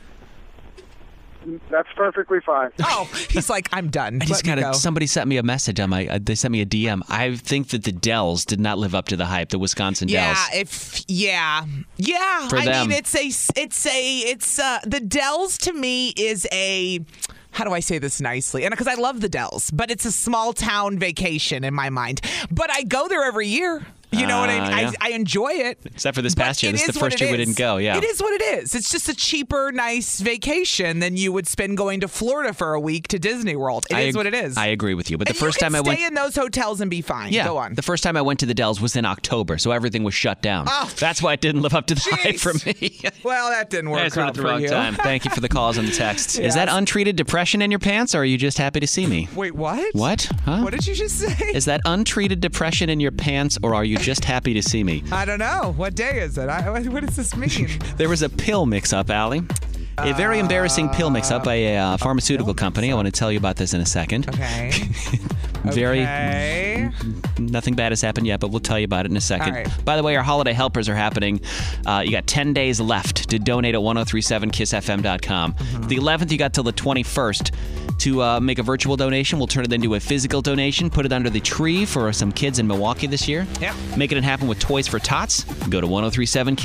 Speaker 7: That's perfectly fine.
Speaker 3: Oh, he's like, I'm done.
Speaker 4: I just
Speaker 3: Let
Speaker 4: got
Speaker 3: me
Speaker 4: a,
Speaker 3: go.
Speaker 4: somebody sent me a message on my. Uh, they sent me a DM. I think that the Dells did not live up to the hype. The Wisconsin
Speaker 3: Yeah,
Speaker 4: Dells.
Speaker 3: if yeah, yeah.
Speaker 4: For
Speaker 3: I
Speaker 4: them.
Speaker 3: mean, it's a, it's a, it's uh, the Dells to me is a. How do I say this nicely? And because I love the Dells, but it's a small town vacation in my mind. But I go there every year. You know what I
Speaker 4: Ah,
Speaker 3: mean?
Speaker 4: yeah.
Speaker 3: I, I enjoy it.
Speaker 4: Except for this
Speaker 3: But
Speaker 4: past year.
Speaker 3: it
Speaker 4: This is
Speaker 3: is
Speaker 4: the
Speaker 3: what
Speaker 4: first
Speaker 3: it
Speaker 4: year we
Speaker 3: is.
Speaker 4: didn't go, yeah.
Speaker 3: It is what it is. It's just a cheaper, nice vacation than you would spend going to Florida for a week to Disney World. It is
Speaker 4: I ag-
Speaker 3: what it is.
Speaker 4: I agree with you. But the
Speaker 3: And
Speaker 4: first
Speaker 3: you can
Speaker 4: time I
Speaker 3: stay
Speaker 4: went,
Speaker 3: in those hotels and be fine.
Speaker 4: yeah,
Speaker 3: go on.
Speaker 4: the first time I went to the Dells was in October, so everything was shut down.
Speaker 3: Oh,
Speaker 4: That's why it didn't live up to the hype
Speaker 3: jeez.
Speaker 4: for me.
Speaker 3: well, that didn't work
Speaker 4: I just went
Speaker 3: out
Speaker 4: at the
Speaker 3: for
Speaker 4: wrong
Speaker 3: you.
Speaker 4: time. Thank you for the calls and the texts. Is that
Speaker 3: Yes.
Speaker 4: untreated depression in your pants, or are you just happy to see me?
Speaker 3: Wait, what?
Speaker 4: What? Huh?
Speaker 3: What did you just say?
Speaker 4: Is that untreated depression in your pants, or are you just happy to see me?
Speaker 3: I don't know. What day is it? I, what does this mean?
Speaker 4: There was a pill mix up, Allie. A very embarrassing pill mix up by a uh, pharmaceutical company. I want to tell you about this in a second.
Speaker 3: Okay.
Speaker 4: Very,
Speaker 3: Okay.
Speaker 4: nothing bad has happened yet, but we'll tell you about it in a second.
Speaker 3: All right.
Speaker 4: By the way, our holiday helpers are happening. Uh, you got 10 days left to donate at 1037kissfm.com.
Speaker 3: Mm-hmm.
Speaker 4: The 11th, you got till the 21st to uh, make a virtual donation. We'll turn it into a physical donation, put it under the tree for some kids in Milwaukee this year.
Speaker 3: Yeah.
Speaker 4: Making it happen with Toys for Tots. Go to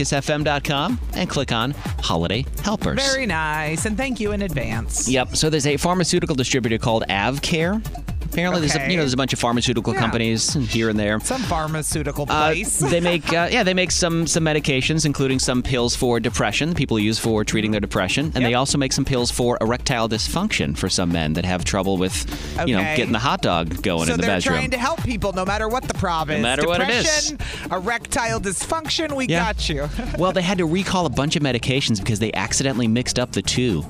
Speaker 4: 1037kissfm.com and click on Holiday Helpers.
Speaker 3: Very nice. And thank you in advance.
Speaker 4: Yep. So there's a pharmaceutical distributor called Avcare. Apparently, there's a, you
Speaker 3: Okay.
Speaker 4: know there's a bunch of pharmaceutical
Speaker 3: Yeah.
Speaker 4: companies here and there.
Speaker 3: Some pharmaceutical
Speaker 4: Uh,
Speaker 3: place.
Speaker 4: they make uh, yeah they make some some medications, including some pills for depression. People use for treating their depression, and they also make some pills for erectile dysfunction for some men that have trouble with you know
Speaker 3: Okay.
Speaker 4: getting the hot dog going
Speaker 3: so
Speaker 4: in the
Speaker 3: they're
Speaker 4: bedroom.
Speaker 3: trying to help people no matter what the problem is.
Speaker 4: matter what it is.
Speaker 3: Depression, erectile dysfunction, we
Speaker 4: Yeah.
Speaker 3: got you.
Speaker 4: well, they had to recall a bunch of medications because they accidentally mixed up the two.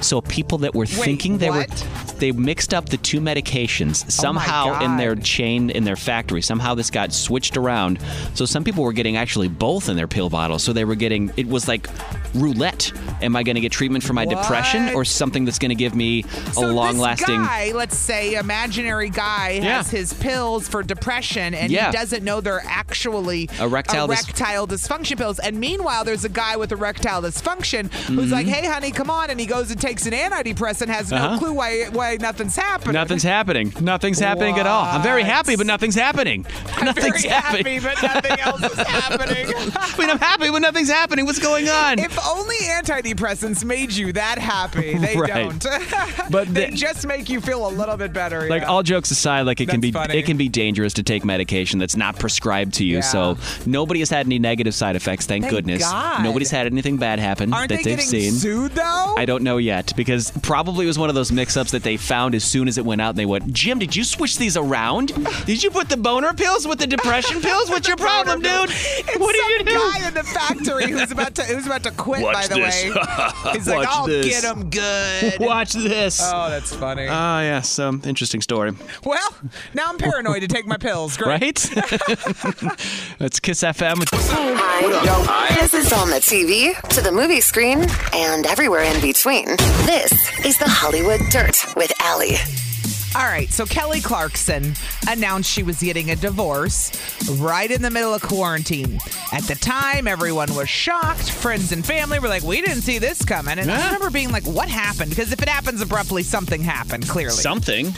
Speaker 4: So people that were thinking they
Speaker 3: what? Oh
Speaker 4: were they mixed up the two medications somehow in their
Speaker 3: God.
Speaker 4: chain in their factory. Somehow this got switched around. So some people were getting actually both in their pill bottles. So they were getting it was like roulette. Am I going to get treatment for my depression or
Speaker 3: What?
Speaker 4: something that's going to give me
Speaker 3: so
Speaker 4: a long
Speaker 3: this
Speaker 4: lasting
Speaker 3: guy, let's say imaginary guy,
Speaker 4: Yeah.
Speaker 3: has his pills for depression and
Speaker 4: Yeah.
Speaker 3: he doesn't know they're actually
Speaker 4: Erectile dys-
Speaker 3: erectile dysfunction pills. And meanwhile, there's a guy with erectile dysfunction who's like, "Hey, honey, come on," and he goes and takes an antidepressant, has
Speaker 4: Mm-hmm. Uh-huh.
Speaker 3: no clue why why nothing's happening.
Speaker 4: Nothing's happening. Nothing's happening at all. I'm very
Speaker 3: What?
Speaker 4: happy, but nothing's happening. nothing's
Speaker 3: Very
Speaker 4: happening.
Speaker 3: happy, but nothing else is happening.
Speaker 4: I mean, I'm happy, but nothing's happening. What's going on?
Speaker 3: If only antidepressants made you that happy, they
Speaker 4: Right.
Speaker 3: don't.
Speaker 4: But
Speaker 3: they
Speaker 4: the-
Speaker 3: just make you feel a little bit better.
Speaker 4: like
Speaker 3: yeah.
Speaker 4: all jokes aside like it can
Speaker 3: That's
Speaker 4: be
Speaker 3: funny.
Speaker 4: it can be dangerous to take medication that's not prescribed to you
Speaker 3: Yeah.
Speaker 4: so nobody has had any negative side effects thank,
Speaker 3: Thank
Speaker 4: goodness
Speaker 3: God.
Speaker 4: nobody's had anything bad happen
Speaker 3: Aren't
Speaker 4: that
Speaker 3: they
Speaker 4: have
Speaker 3: getting
Speaker 4: seen
Speaker 3: sued though?
Speaker 4: I don't know yet because probably it was one of those mix-ups that they found as soon as it went out. And they went, Jim, did you switch these around? Did you put the boner pills with the depression pills? What's your problem, dude?
Speaker 3: It's
Speaker 4: What
Speaker 3: some
Speaker 4: did you do?
Speaker 3: guy in the factory who's about to who's about to quit.
Speaker 4: Watch
Speaker 3: by the
Speaker 4: this.
Speaker 3: way, he's like,
Speaker 4: Watch
Speaker 3: "I'll
Speaker 4: this.
Speaker 3: get him good."
Speaker 4: Watch this. Oh,
Speaker 3: Oh, that's funny.
Speaker 4: yeah, some interesting story.
Speaker 3: well, now I'm paranoid to take my pills. Great.
Speaker 4: Right? That's Kiss FM.
Speaker 2: Hi. This is on the TV, to the movie screen, and everywhere in between. This is the Hollywood Dirt with Allie.
Speaker 3: All right. So Kelly Clarkson announced she was getting a divorce right in the middle of quarantine. At the time, everyone was shocked. Friends and family were like, "We didn't see this coming." And I
Speaker 4: Yeah.
Speaker 3: remember being like, "What happened?" Because if it happens abruptly, something happened. Clearly,
Speaker 4: Something.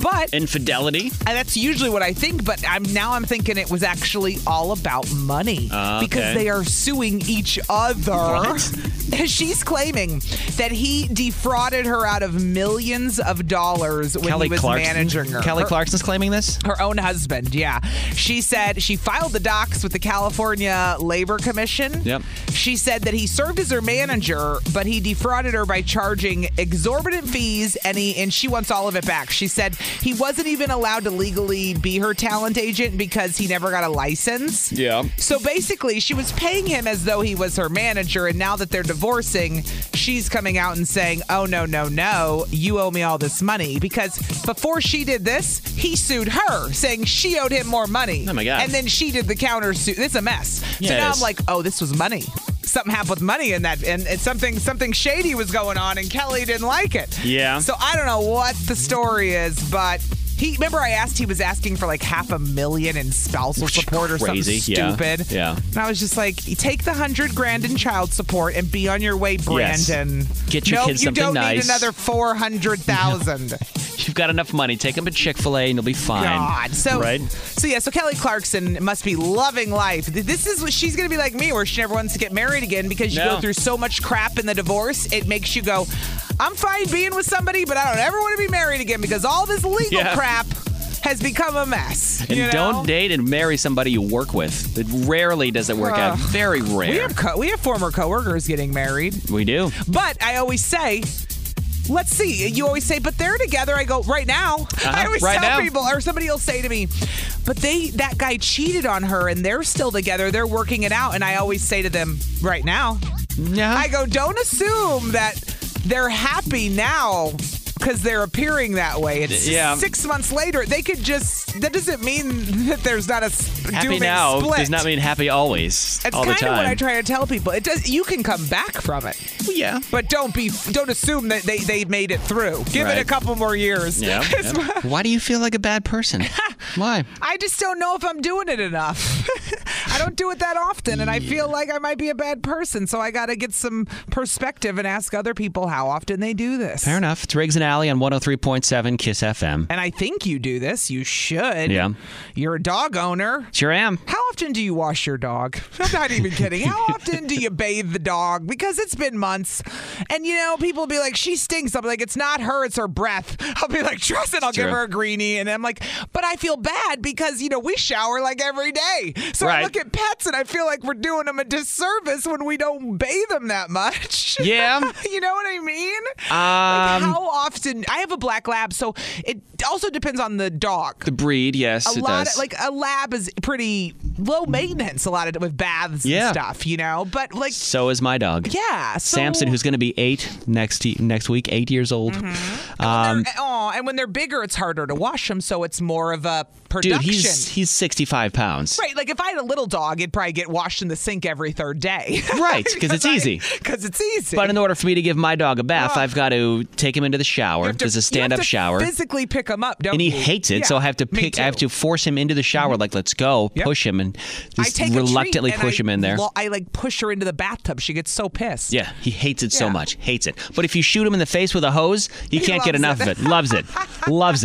Speaker 3: but
Speaker 4: Infidelity.
Speaker 3: And Uh, that's usually what I think, but I'm now I'm thinking it was actually all about money
Speaker 4: Ah, okay.
Speaker 3: because they are suing each other. She's claiming that he defrauded her out of millions of dollars when he was managing her.
Speaker 4: Kelly
Speaker 3: her,
Speaker 4: Clarkson's claiming this?
Speaker 3: her own husband, yeah. She said she filed the docs with the California Labor Commission.
Speaker 4: Yep.
Speaker 3: She said that he served as her manager, but he defrauded her by charging exorbitant fees and he and she wants all of it back. She said he wasn't even allowed to legally be her talent agent because he never got a license.
Speaker 4: Yeah.
Speaker 3: So basically, she was paying him as though he was her manager, and now that they're divorcing, she's coming out and saying, "Oh no, no, no, you owe me all this money." Because before she did this, he sued her, saying she owed him more money.
Speaker 4: Oh, my God.
Speaker 3: And then she did the counter suit. It's a mess.
Speaker 4: Yeah,
Speaker 3: so
Speaker 4: it
Speaker 3: now
Speaker 4: is.
Speaker 3: I'm like, "Oh, this was money." Something happened with money in that, and, and something something shady was going on, and Kelly didn't like it.
Speaker 4: Yeah.
Speaker 3: So I don't know what the story is, but he remember I asked he was asking for like half a million in spousal support or
Speaker 4: Crazy,
Speaker 3: something
Speaker 4: yeah,
Speaker 3: stupid.
Speaker 4: yeah.
Speaker 3: And I was just like, take the hundred grand in child support and be on your way,
Speaker 4: Yes.
Speaker 3: Brandon.
Speaker 4: Get your
Speaker 3: nope,
Speaker 4: kids
Speaker 3: you
Speaker 4: something
Speaker 3: don't need
Speaker 4: nice.
Speaker 3: another four hundred thousand.
Speaker 4: You've got enough money. Take them to Chick Fil A, and you'll be fine.
Speaker 3: God. So
Speaker 4: right?
Speaker 3: So yeah. So Kelly Clarkson must be loving life. Th- This is what she's gonna be like me, where she never wants to get married again because you
Speaker 4: No.
Speaker 3: go through so much crap in the divorce. It makes you go, I'm fine being with somebody, but I don't ever want to be married again because all this legal
Speaker 4: Yeah.
Speaker 3: crap has become a mess.
Speaker 4: And
Speaker 3: you know?
Speaker 4: don't date and marry somebody you work with. It rarely does it work out.
Speaker 3: Ugh.
Speaker 4: Very rare.
Speaker 3: We have co- we have former coworkers getting married,
Speaker 4: We do.
Speaker 3: but I always say. Let's see. You always say, but they're together. I go right now. I always
Speaker 4: Uh-huh. right
Speaker 3: tell
Speaker 4: now.
Speaker 3: people, or somebody will say to me, but they that guy cheated on her, and they're still together. They're working it out, and I always say to them, right now.
Speaker 4: Yeah.
Speaker 3: I go, don't assume that they're happy now because they're appearing that way. It's
Speaker 4: Yeah.
Speaker 3: six months later. They could just. That doesn't mean that there's not a s-
Speaker 4: happy
Speaker 3: dooming
Speaker 4: now
Speaker 3: split.
Speaker 4: does not mean happy always.
Speaker 3: It's
Speaker 4: all the
Speaker 3: kind of
Speaker 4: time.
Speaker 3: what I try to tell people. It does. You can come back from it,
Speaker 4: Yeah.
Speaker 3: but don't be. Don't assume that they, they made it through. Give
Speaker 4: Right.
Speaker 3: it a couple more years.
Speaker 4: Yeah.
Speaker 3: It's my-
Speaker 4: Why do you feel like a bad person? Why?
Speaker 3: I just don't know if I'm doing it enough. I don't do it that often, and I feel like I might be a bad person. So I got to get some perspective and ask other people how often they do this.
Speaker 4: Fair enough. It's Riggs and Alley on 103.7 Kiss FM.
Speaker 3: And I think you do this. You should.
Speaker 4: Yeah.
Speaker 3: You're a dog owner.
Speaker 4: Sure am.
Speaker 3: How often do you wash your dog? I'm not even kidding. How often do you bathe the dog? Because it's been months. And you know, people be like, she stinks. I'll be like, it's not her, it's her breath. I'll be like, trust it, I'll give
Speaker 4: true.
Speaker 3: her a greenie. And I'm like, but I feel bad because, you know, we shower like every day. So
Speaker 4: Right.
Speaker 3: I look at pets and I feel like we're doing them a disservice when we don't bathe them that much.
Speaker 4: Yeah.
Speaker 3: you know what I mean?
Speaker 4: Um,
Speaker 3: like how often? I have a black lab, so it also depends on the dog
Speaker 4: The breed, yes,
Speaker 3: a
Speaker 4: it
Speaker 3: lot
Speaker 4: does.
Speaker 3: of like a lab is pretty low maintenance a lot of with baths
Speaker 4: Yeah.
Speaker 3: and stuff you know but like
Speaker 4: so is my dog.
Speaker 3: yeah so,
Speaker 4: Samson, who's going to be eight next ye- next week, eight years old.
Speaker 3: Mm-hmm.
Speaker 4: Um,
Speaker 3: oh and when they're bigger it's harder to wash them so it's more of a
Speaker 4: dude,
Speaker 3: production
Speaker 4: he's he's 65 pounds.
Speaker 3: Right, like if I had a little dog, it'd probably get washed in the sink every third day.
Speaker 4: Right, 'cause it's easy.
Speaker 3: Because it's easy.
Speaker 4: But in order for me to give my dog a bath,
Speaker 3: Ugh.
Speaker 4: I've got to take him into the shower.
Speaker 3: have to-
Speaker 4: There's
Speaker 3: you
Speaker 4: a
Speaker 3: have
Speaker 4: stand-up
Speaker 3: to
Speaker 4: shower,
Speaker 3: Physically pick him up, don't
Speaker 4: and he
Speaker 3: you?
Speaker 4: hates it. so
Speaker 3: Yeah,
Speaker 4: I have to
Speaker 3: me
Speaker 4: pick. I have
Speaker 3: too. Mm-hmm.
Speaker 4: to force him into the shower. Like, let's go,
Speaker 3: Yep.
Speaker 4: push him, and
Speaker 3: I
Speaker 4: just
Speaker 3: take a treat
Speaker 4: reluctantly
Speaker 3: and
Speaker 4: push
Speaker 3: I
Speaker 4: him in there.
Speaker 3: lo- I like push her into the bathtub. She gets so pissed.
Speaker 4: yeah, he hates it so
Speaker 3: Yeah.
Speaker 4: much. Hates it. But if you shoot him in the face with a hose, he, can't get enough
Speaker 3: loves
Speaker 4: of it. Loves it. loves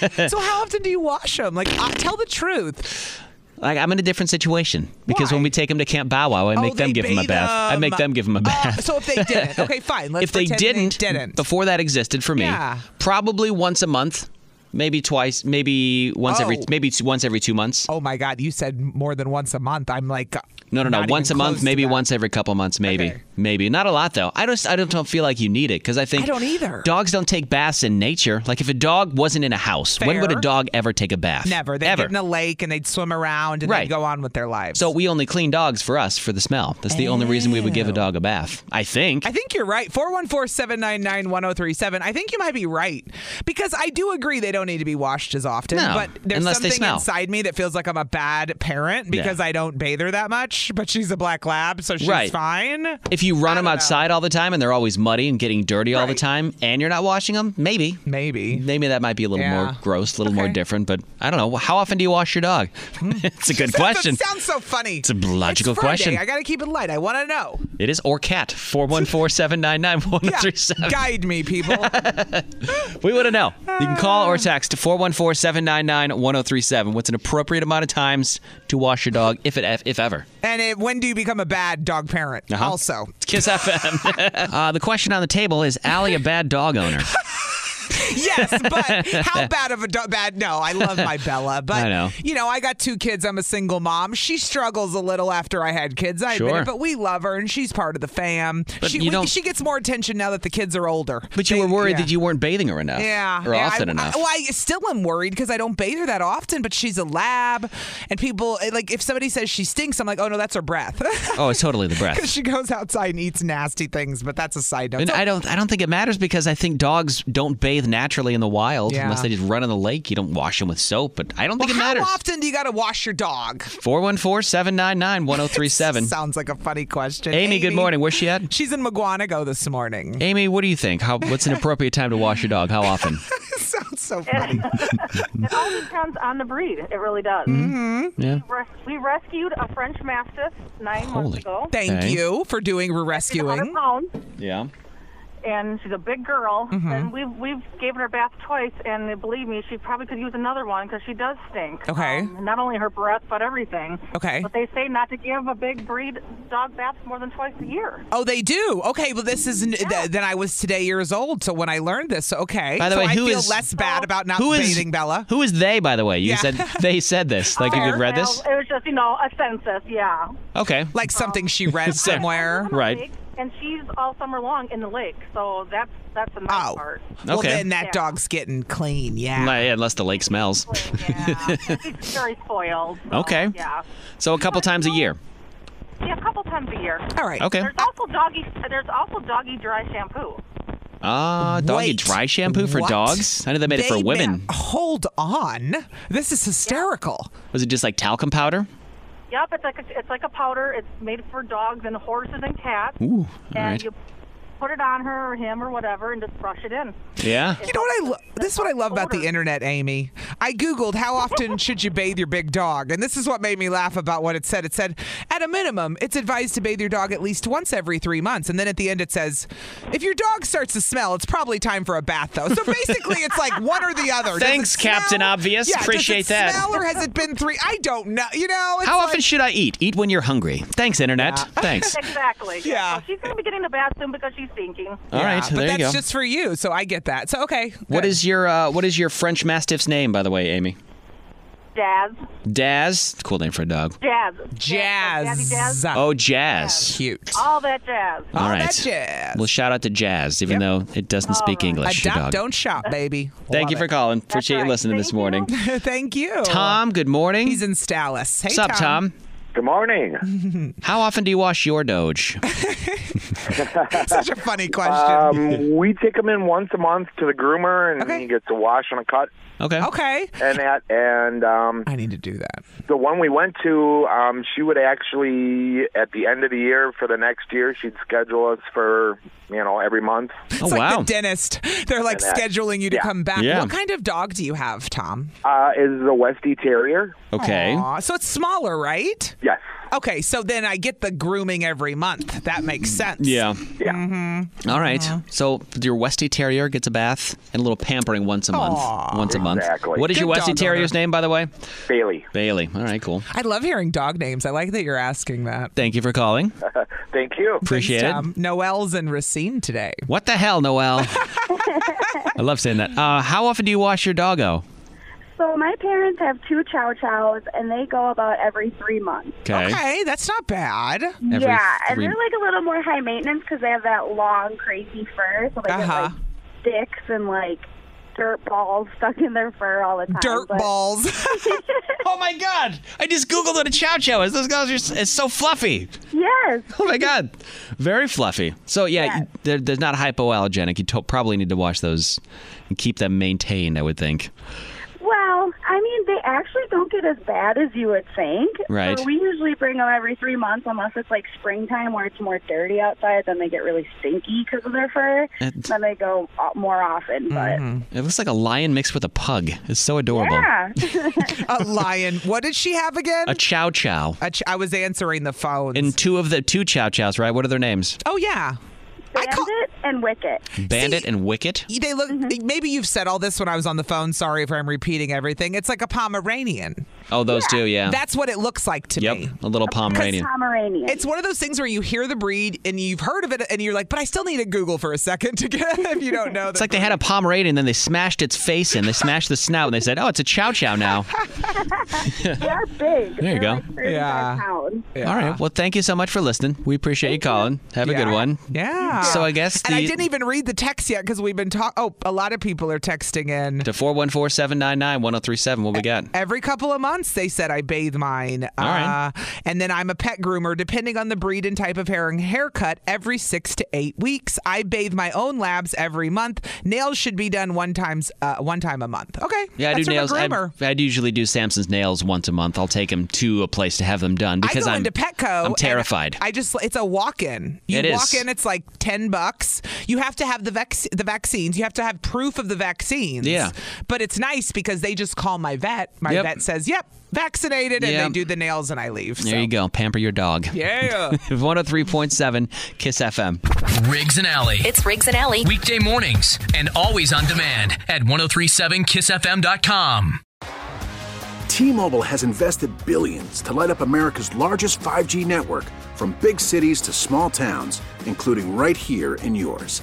Speaker 4: it.
Speaker 3: So how often do you wash them? Like, uh, tell the truth.
Speaker 4: like I'm in a different situation because when
Speaker 3: Why?
Speaker 4: we take him to Camp Bow Wow, I
Speaker 3: Oh,
Speaker 4: make them
Speaker 3: they
Speaker 4: give him a
Speaker 3: bathe
Speaker 4: bath. I
Speaker 3: them.
Speaker 4: make them give him a
Speaker 3: Oh,
Speaker 4: bath.
Speaker 3: so if they didn't, okay, fine. Let's
Speaker 4: if they
Speaker 3: pretend
Speaker 4: didn't,
Speaker 3: didn't.
Speaker 4: before that existed for me,
Speaker 3: Yeah.
Speaker 4: probably once a month, maybe twice, maybe once every,
Speaker 3: Oh.
Speaker 4: maybe two, once every two months.
Speaker 3: oh my God, you said more than once a month. I'm like, uh,
Speaker 4: no, no,
Speaker 3: not
Speaker 4: no,
Speaker 3: even
Speaker 4: once a
Speaker 3: close
Speaker 4: month,
Speaker 3: to
Speaker 4: maybe
Speaker 3: that.
Speaker 4: once every couple months, maybe,
Speaker 3: Okay.
Speaker 4: maybe not a lot though. I don't, I don't feel like you need it because I think
Speaker 3: I don't either.
Speaker 4: Dogs don't take baths in nature. Like if a dog wasn't in a house, when would a
Speaker 3: Fair.
Speaker 4: dog ever take a bath?
Speaker 3: Never. They'd
Speaker 4: ever.
Speaker 3: get in a lake and they'd swim around and they'd
Speaker 4: Right.
Speaker 3: go on with their lives.
Speaker 4: so we only clean dogs for us for the smell. That's the only reason we would give a dog a bath. I think.
Speaker 3: I think you're right. 414 799 1037. I think you might be right because I do agree they don't need to be washed as often.
Speaker 4: No,
Speaker 3: but there's
Speaker 4: unless they
Speaker 3: something
Speaker 4: smell.
Speaker 3: inside me that feels like I'm a bad parent because I don't bathe her that much, but she's a black lab, so she's
Speaker 4: Right.
Speaker 3: fine.
Speaker 4: if you run
Speaker 3: don't
Speaker 4: them
Speaker 3: know.
Speaker 4: outside all the time and they're always muddy and getting dirty all the
Speaker 3: Right.
Speaker 4: time, and you're not washing them, maybe.
Speaker 3: Maybe.
Speaker 4: Maybe that might be a little more
Speaker 3: Yeah.
Speaker 4: gross, a little more
Speaker 3: Okay. Hmm.
Speaker 4: different, but I don't know. How often do you wash your dog? it's a good question.
Speaker 3: That sounds so funny. It's
Speaker 4: a logical
Speaker 3: Friday.
Speaker 4: question.
Speaker 3: I got to keep it light. I want to know.
Speaker 4: It is or cat. 414-799-1037.
Speaker 3: Yeah, guide me, people.
Speaker 4: We want to know. You can call
Speaker 3: Ah.
Speaker 4: or text 414-799-1037. What's an appropriate amount of times to wash your dog if it if ever?
Speaker 3: and it, when do you become a bad dog parent?
Speaker 4: Uh-huh.
Speaker 3: Also,
Speaker 4: It's Kiss FM. uh, the question on the table is Allie a bad dog owner?
Speaker 3: yes, but how bad of a do- bad? No, I love my Bella, but
Speaker 4: I know.
Speaker 3: you know, I got two kids. I'm a single mom. She struggles a little after I had kids. I admit
Speaker 4: Sure.
Speaker 3: it, but we love her and she's part of the fam.
Speaker 4: But
Speaker 3: she
Speaker 4: you don't-
Speaker 3: she gets more attention now that the kids are older.
Speaker 4: But you
Speaker 3: They-
Speaker 4: were worried
Speaker 3: yeah.
Speaker 4: that you weren't bathing her enough,
Speaker 3: Yeah.
Speaker 4: or
Speaker 3: yeah,
Speaker 4: often
Speaker 3: I,
Speaker 4: enough.
Speaker 3: I, well, I still am worried because I don't bathe her that often, but she's a lab. And people, eh, like, if somebody says she stinks, I'm like, oh, no, that's her breath.
Speaker 4: oh, it's totally the breath.
Speaker 3: Because she goes outside and eats nasty things, but that's a side note.
Speaker 4: And
Speaker 3: So-
Speaker 4: I don't. I don't think it matters because I think dogs don't bathe naturally in the wild
Speaker 3: Yeah.
Speaker 4: unless they just run in the lake. You don't wash them with soap, but I don't think
Speaker 3: Well,
Speaker 4: it
Speaker 3: how
Speaker 4: matters.
Speaker 3: often do you got to wash your dog?
Speaker 4: 414-799-1037.
Speaker 3: Sounds like a funny question.
Speaker 4: Amy, good morning. Where's she at?
Speaker 3: She's in McGuanago this morning.
Speaker 4: Amy, what do you think? How what's an appropriate time to wash your dog? How often?
Speaker 3: Sounds so funny.
Speaker 5: It all depends on the breed. It really does.
Speaker 4: yeah.
Speaker 5: Res- We rescued a French Mastiff nine months
Speaker 4: Holy.
Speaker 5: ago.
Speaker 3: Thank
Speaker 4: Okay.
Speaker 3: you for doing
Speaker 5: She's 100
Speaker 3: rescuing.
Speaker 5: pounds,
Speaker 4: Yeah.
Speaker 5: and she's a big girl. And we've we've given her bath twice, and believe me, she probably could use another one because she does stink.
Speaker 3: Okay.
Speaker 5: Um, not only her breath, but everything.
Speaker 3: Okay.
Speaker 5: But they say not to give a big breed dog baths more than twice a year.
Speaker 3: Oh, they do. Okay, well, this is not th- then I was today years old, so when I learned this, so okay.
Speaker 4: By the
Speaker 3: so
Speaker 4: way,
Speaker 3: I
Speaker 4: who
Speaker 3: feel
Speaker 4: is-
Speaker 3: less bad about not
Speaker 4: Who is
Speaker 3: bathing Bella.
Speaker 4: Who is they? By the way, you
Speaker 3: Yeah.
Speaker 4: said they said this. Like if
Speaker 5: Fair.
Speaker 4: you've read this.
Speaker 5: Well, It was just you know a census, yeah.
Speaker 4: Okay.
Speaker 3: Like something she read
Speaker 4: Sarah.
Speaker 3: somewhere.
Speaker 4: Right.
Speaker 5: Lake, and she's all summer long in the lake, so that's that's the nice
Speaker 3: Oh.
Speaker 5: part.
Speaker 3: Well,
Speaker 4: Okay.
Speaker 3: then that
Speaker 5: Yeah.
Speaker 3: dog's getting clean. Yeah.
Speaker 4: Nah, yeah, unless the lake smells.
Speaker 5: Yeah, she's very spoiled. so,
Speaker 4: Okay.
Speaker 5: Yeah.
Speaker 4: So a couple times a year.
Speaker 5: Yeah, a couple times a year.
Speaker 3: All right.
Speaker 4: Okay.
Speaker 5: There's also doggy. There's also doggy dry shampoo.
Speaker 4: Ah, uh, doggy
Speaker 3: Wait.
Speaker 4: dry shampoo for
Speaker 3: What?
Speaker 4: dogs. I know they made it for
Speaker 3: They ma-
Speaker 4: women.
Speaker 3: hold on. This is hysterical.
Speaker 4: Was it just like talcum powder?
Speaker 5: Yep, it's like a, it's like a powder. It's made for dogs and horses and cats.
Speaker 4: Ooh. All
Speaker 5: and
Speaker 4: right.
Speaker 5: you put it on her or him or whatever, and just brush it in.
Speaker 4: Yeah.
Speaker 3: You know what I love? This is what I love about the internet, Amy. I Googled how often should you bathe your big dog? And this is what made me laugh about what it said. It said, at a minimum, it's advised to bathe your dog at least once every three months. And then at the end, it says, if your dog starts to smell, it's probably time for a bath, though. So basically, it's like one or the other. Does it
Speaker 4: Thanks, Captain
Speaker 3: smell?
Speaker 4: Obvious.
Speaker 3: Yeah, does it
Speaker 4: Appreciate that.
Speaker 3: smell or has it been three? I don't know. You know, it's
Speaker 4: How
Speaker 3: like-
Speaker 4: often should I eat? Eat when you're hungry. Thanks, internet. Thanks.
Speaker 5: Exactly.
Speaker 3: Yeah.
Speaker 5: So she's gonna be getting the bath soon because she's stinking.
Speaker 4: All
Speaker 3: Yeah,
Speaker 4: right,
Speaker 3: but
Speaker 4: there you
Speaker 3: that's
Speaker 4: go.
Speaker 3: just for you, so I get that. So okay,
Speaker 4: What
Speaker 3: good.
Speaker 4: is your uh, what is your French Mastiff's name, by the way, Amy?
Speaker 5: Jazz.
Speaker 4: Daz. Cool name for a dog.
Speaker 5: Jazz. Jazz.
Speaker 3: jazz?
Speaker 5: Jazzy Jazz.
Speaker 4: Oh, Jazz.
Speaker 3: cute.
Speaker 5: All that jazz.
Speaker 4: All right.
Speaker 3: Oh, that jazz. Oh,
Speaker 4: Well, shout out to Jazz, even though it doesn't speak English. your
Speaker 3: Adopt,
Speaker 4: dog.
Speaker 3: don't shop, baby.
Speaker 4: Thank
Speaker 3: Love
Speaker 4: you for
Speaker 3: it.
Speaker 4: calling. Appreciate
Speaker 5: right.
Speaker 4: you listening this
Speaker 5: Thank you.
Speaker 4: morning.
Speaker 3: Thank you,
Speaker 4: Tom, good morning.
Speaker 3: He's in Stallus. Hey,
Speaker 4: What's up, Tom?
Speaker 7: Good morning.
Speaker 4: How often do you wash your Doge?
Speaker 3: Such a funny question.
Speaker 7: Um, we take him in once a month to the groomer, and
Speaker 3: Okay.
Speaker 7: he gets a wash and a cut
Speaker 4: Okay.
Speaker 3: okay,
Speaker 7: and that. And um,
Speaker 3: I need to do that.
Speaker 7: the one we went to, um, she would actually at the end of the year for the next year, she'd schedule us for you know every month.
Speaker 4: Oh,
Speaker 3: It's like
Speaker 4: wow.
Speaker 3: the dentist. They're like
Speaker 7: And that-
Speaker 3: scheduling you to
Speaker 7: yeah.
Speaker 3: come back.
Speaker 4: Yeah.
Speaker 3: What kind of dog do you have, Tom?
Speaker 7: Uh, is the Westie Terrier?
Speaker 4: okay.
Speaker 3: Aw, so it's smaller, right?
Speaker 7: Yes.
Speaker 3: Okay, so then I get the grooming every month. That makes sense.
Speaker 4: Yeah.
Speaker 7: Yeah.
Speaker 3: Mm-hmm.
Speaker 4: All right. So your Westie Terrier gets a bath and a little pampering once a month.
Speaker 3: Aw.
Speaker 4: Once a month.
Speaker 7: Exactly.
Speaker 4: What is
Speaker 3: Good
Speaker 4: your
Speaker 3: dog
Speaker 4: Westie Terrier's
Speaker 3: owner.
Speaker 4: name, by the way?
Speaker 7: Bailey.
Speaker 4: Bailey. All right, cool.
Speaker 3: I love hearing dog names. I like that you're asking that.
Speaker 4: Thank you for calling.
Speaker 7: Thank you.
Speaker 4: Appreciate it.
Speaker 3: Tom, Noel's and Racine today.
Speaker 4: What the hell, Noel? I love saying that. Uh, how often do you wash your doggo?
Speaker 10: So my parents have two chow chows, and they go about every three months.
Speaker 4: Okay.
Speaker 3: Okay, that's not bad.
Speaker 4: Every
Speaker 10: yeah, and
Speaker 4: three-
Speaker 10: they're like a little more high maintenance because they have that long, crazy fur, so they
Speaker 3: Uh-huh.
Speaker 10: get like sticks and like dirt balls stuck in their fur all the time.
Speaker 3: Dirt
Speaker 10: but-
Speaker 3: balls.
Speaker 4: Oh my God! I just googled what a chow chow is. Those guys are s- it's so fluffy.
Speaker 10: Yes.
Speaker 4: Oh my God, very fluffy. So yeah, you- they're, they're not hypoallergenic. You to- probably need to wash those and keep them maintained. I would think.
Speaker 10: Well, I mean, they actually don't get as bad as you would think.
Speaker 4: Right.
Speaker 10: So we usually bring them every three months, unless it's like springtime where it's more dirty outside. Then they get really stinky because of their fur.
Speaker 4: It-
Speaker 10: then they go o- more often, but
Speaker 4: It looks like a lion mixed with a pug. It's so adorable.
Speaker 10: yeah.
Speaker 3: a lion. What did she have again?
Speaker 4: A chow chow.
Speaker 3: A ch- I was answering the phones.
Speaker 4: And two of the two chow chows, right? What are their names?
Speaker 3: oh yeah. I call-
Speaker 10: Bandit and Wicket.
Speaker 4: Bandit and Wicket.
Speaker 3: They look. Maybe you've said all this when I was on the phone. Sorry if I'm repeating everything. It's like a Pomeranian.
Speaker 4: Oh, those two, yeah.
Speaker 3: That's what it looks like to
Speaker 4: yep,
Speaker 3: me.
Speaker 4: a little Pomeranian.
Speaker 3: It's one of those things where you hear the breed and you've heard of it and you're like, but I still need to Google for a second to get if you don't know.
Speaker 4: It's like they had a Pomeranian and then they smashed its face in. They smashed the snout and they said, oh, it's a chow chow now.
Speaker 10: They're big.
Speaker 4: There
Speaker 10: They're
Speaker 4: you go.
Speaker 10: Like 35
Speaker 4: Yeah.
Speaker 10: Pounds.
Speaker 4: All right. Well, thank you so much for listening. We appreciate you calling. Have a good one.
Speaker 3: Yeah.
Speaker 4: So I guess
Speaker 3: and I
Speaker 4: the-
Speaker 3: didn't even read the text yet because we've been talking. Oh, a lot of people are texting in.
Speaker 4: To 414 799 1037. What we got?
Speaker 3: Every couple of months, they said I bathe mine.
Speaker 4: All right.
Speaker 3: Uh, and then I'm a pet groomer, depending on the breed and type of hair and haircut, every six to eight weeks. I bathe my own labs every month. Nails should be done one times, uh, one time a month. Okay.
Speaker 4: Yeah, I
Speaker 3: That's
Speaker 4: do
Speaker 3: from
Speaker 4: nails.
Speaker 3: A
Speaker 4: I,
Speaker 3: groomer.
Speaker 4: I'd usually do Samson's nails once a month. I'll take him to a place to have them done because
Speaker 3: I go
Speaker 4: I'm
Speaker 3: into Petco.
Speaker 4: I'm
Speaker 3: and
Speaker 4: terrified.
Speaker 3: I just it's a walk-in. You
Speaker 4: It
Speaker 3: walk
Speaker 4: is.
Speaker 3: in, it's like ten bucks. You have to have the vex- the vaccines. You have to have proof of the vaccines.
Speaker 4: Yeah.
Speaker 3: But it's nice because they just call my vet. My
Speaker 4: Yep.
Speaker 3: vet says, "Yep, vaccinated," and
Speaker 4: Yep.
Speaker 3: they do the nails, and I leave.
Speaker 4: there you go. Pamper your dog.
Speaker 3: Yeah.
Speaker 4: 103.7 Kiss FM.
Speaker 1: Riggs and Alley.
Speaker 2: It's Riggs and Alley.
Speaker 1: Weekday mornings and always on demand at 1037kissfm.com.
Speaker 11: T-Mobile has invested billions to light up America's largest 5G network from big cities to small towns, including right here in yours.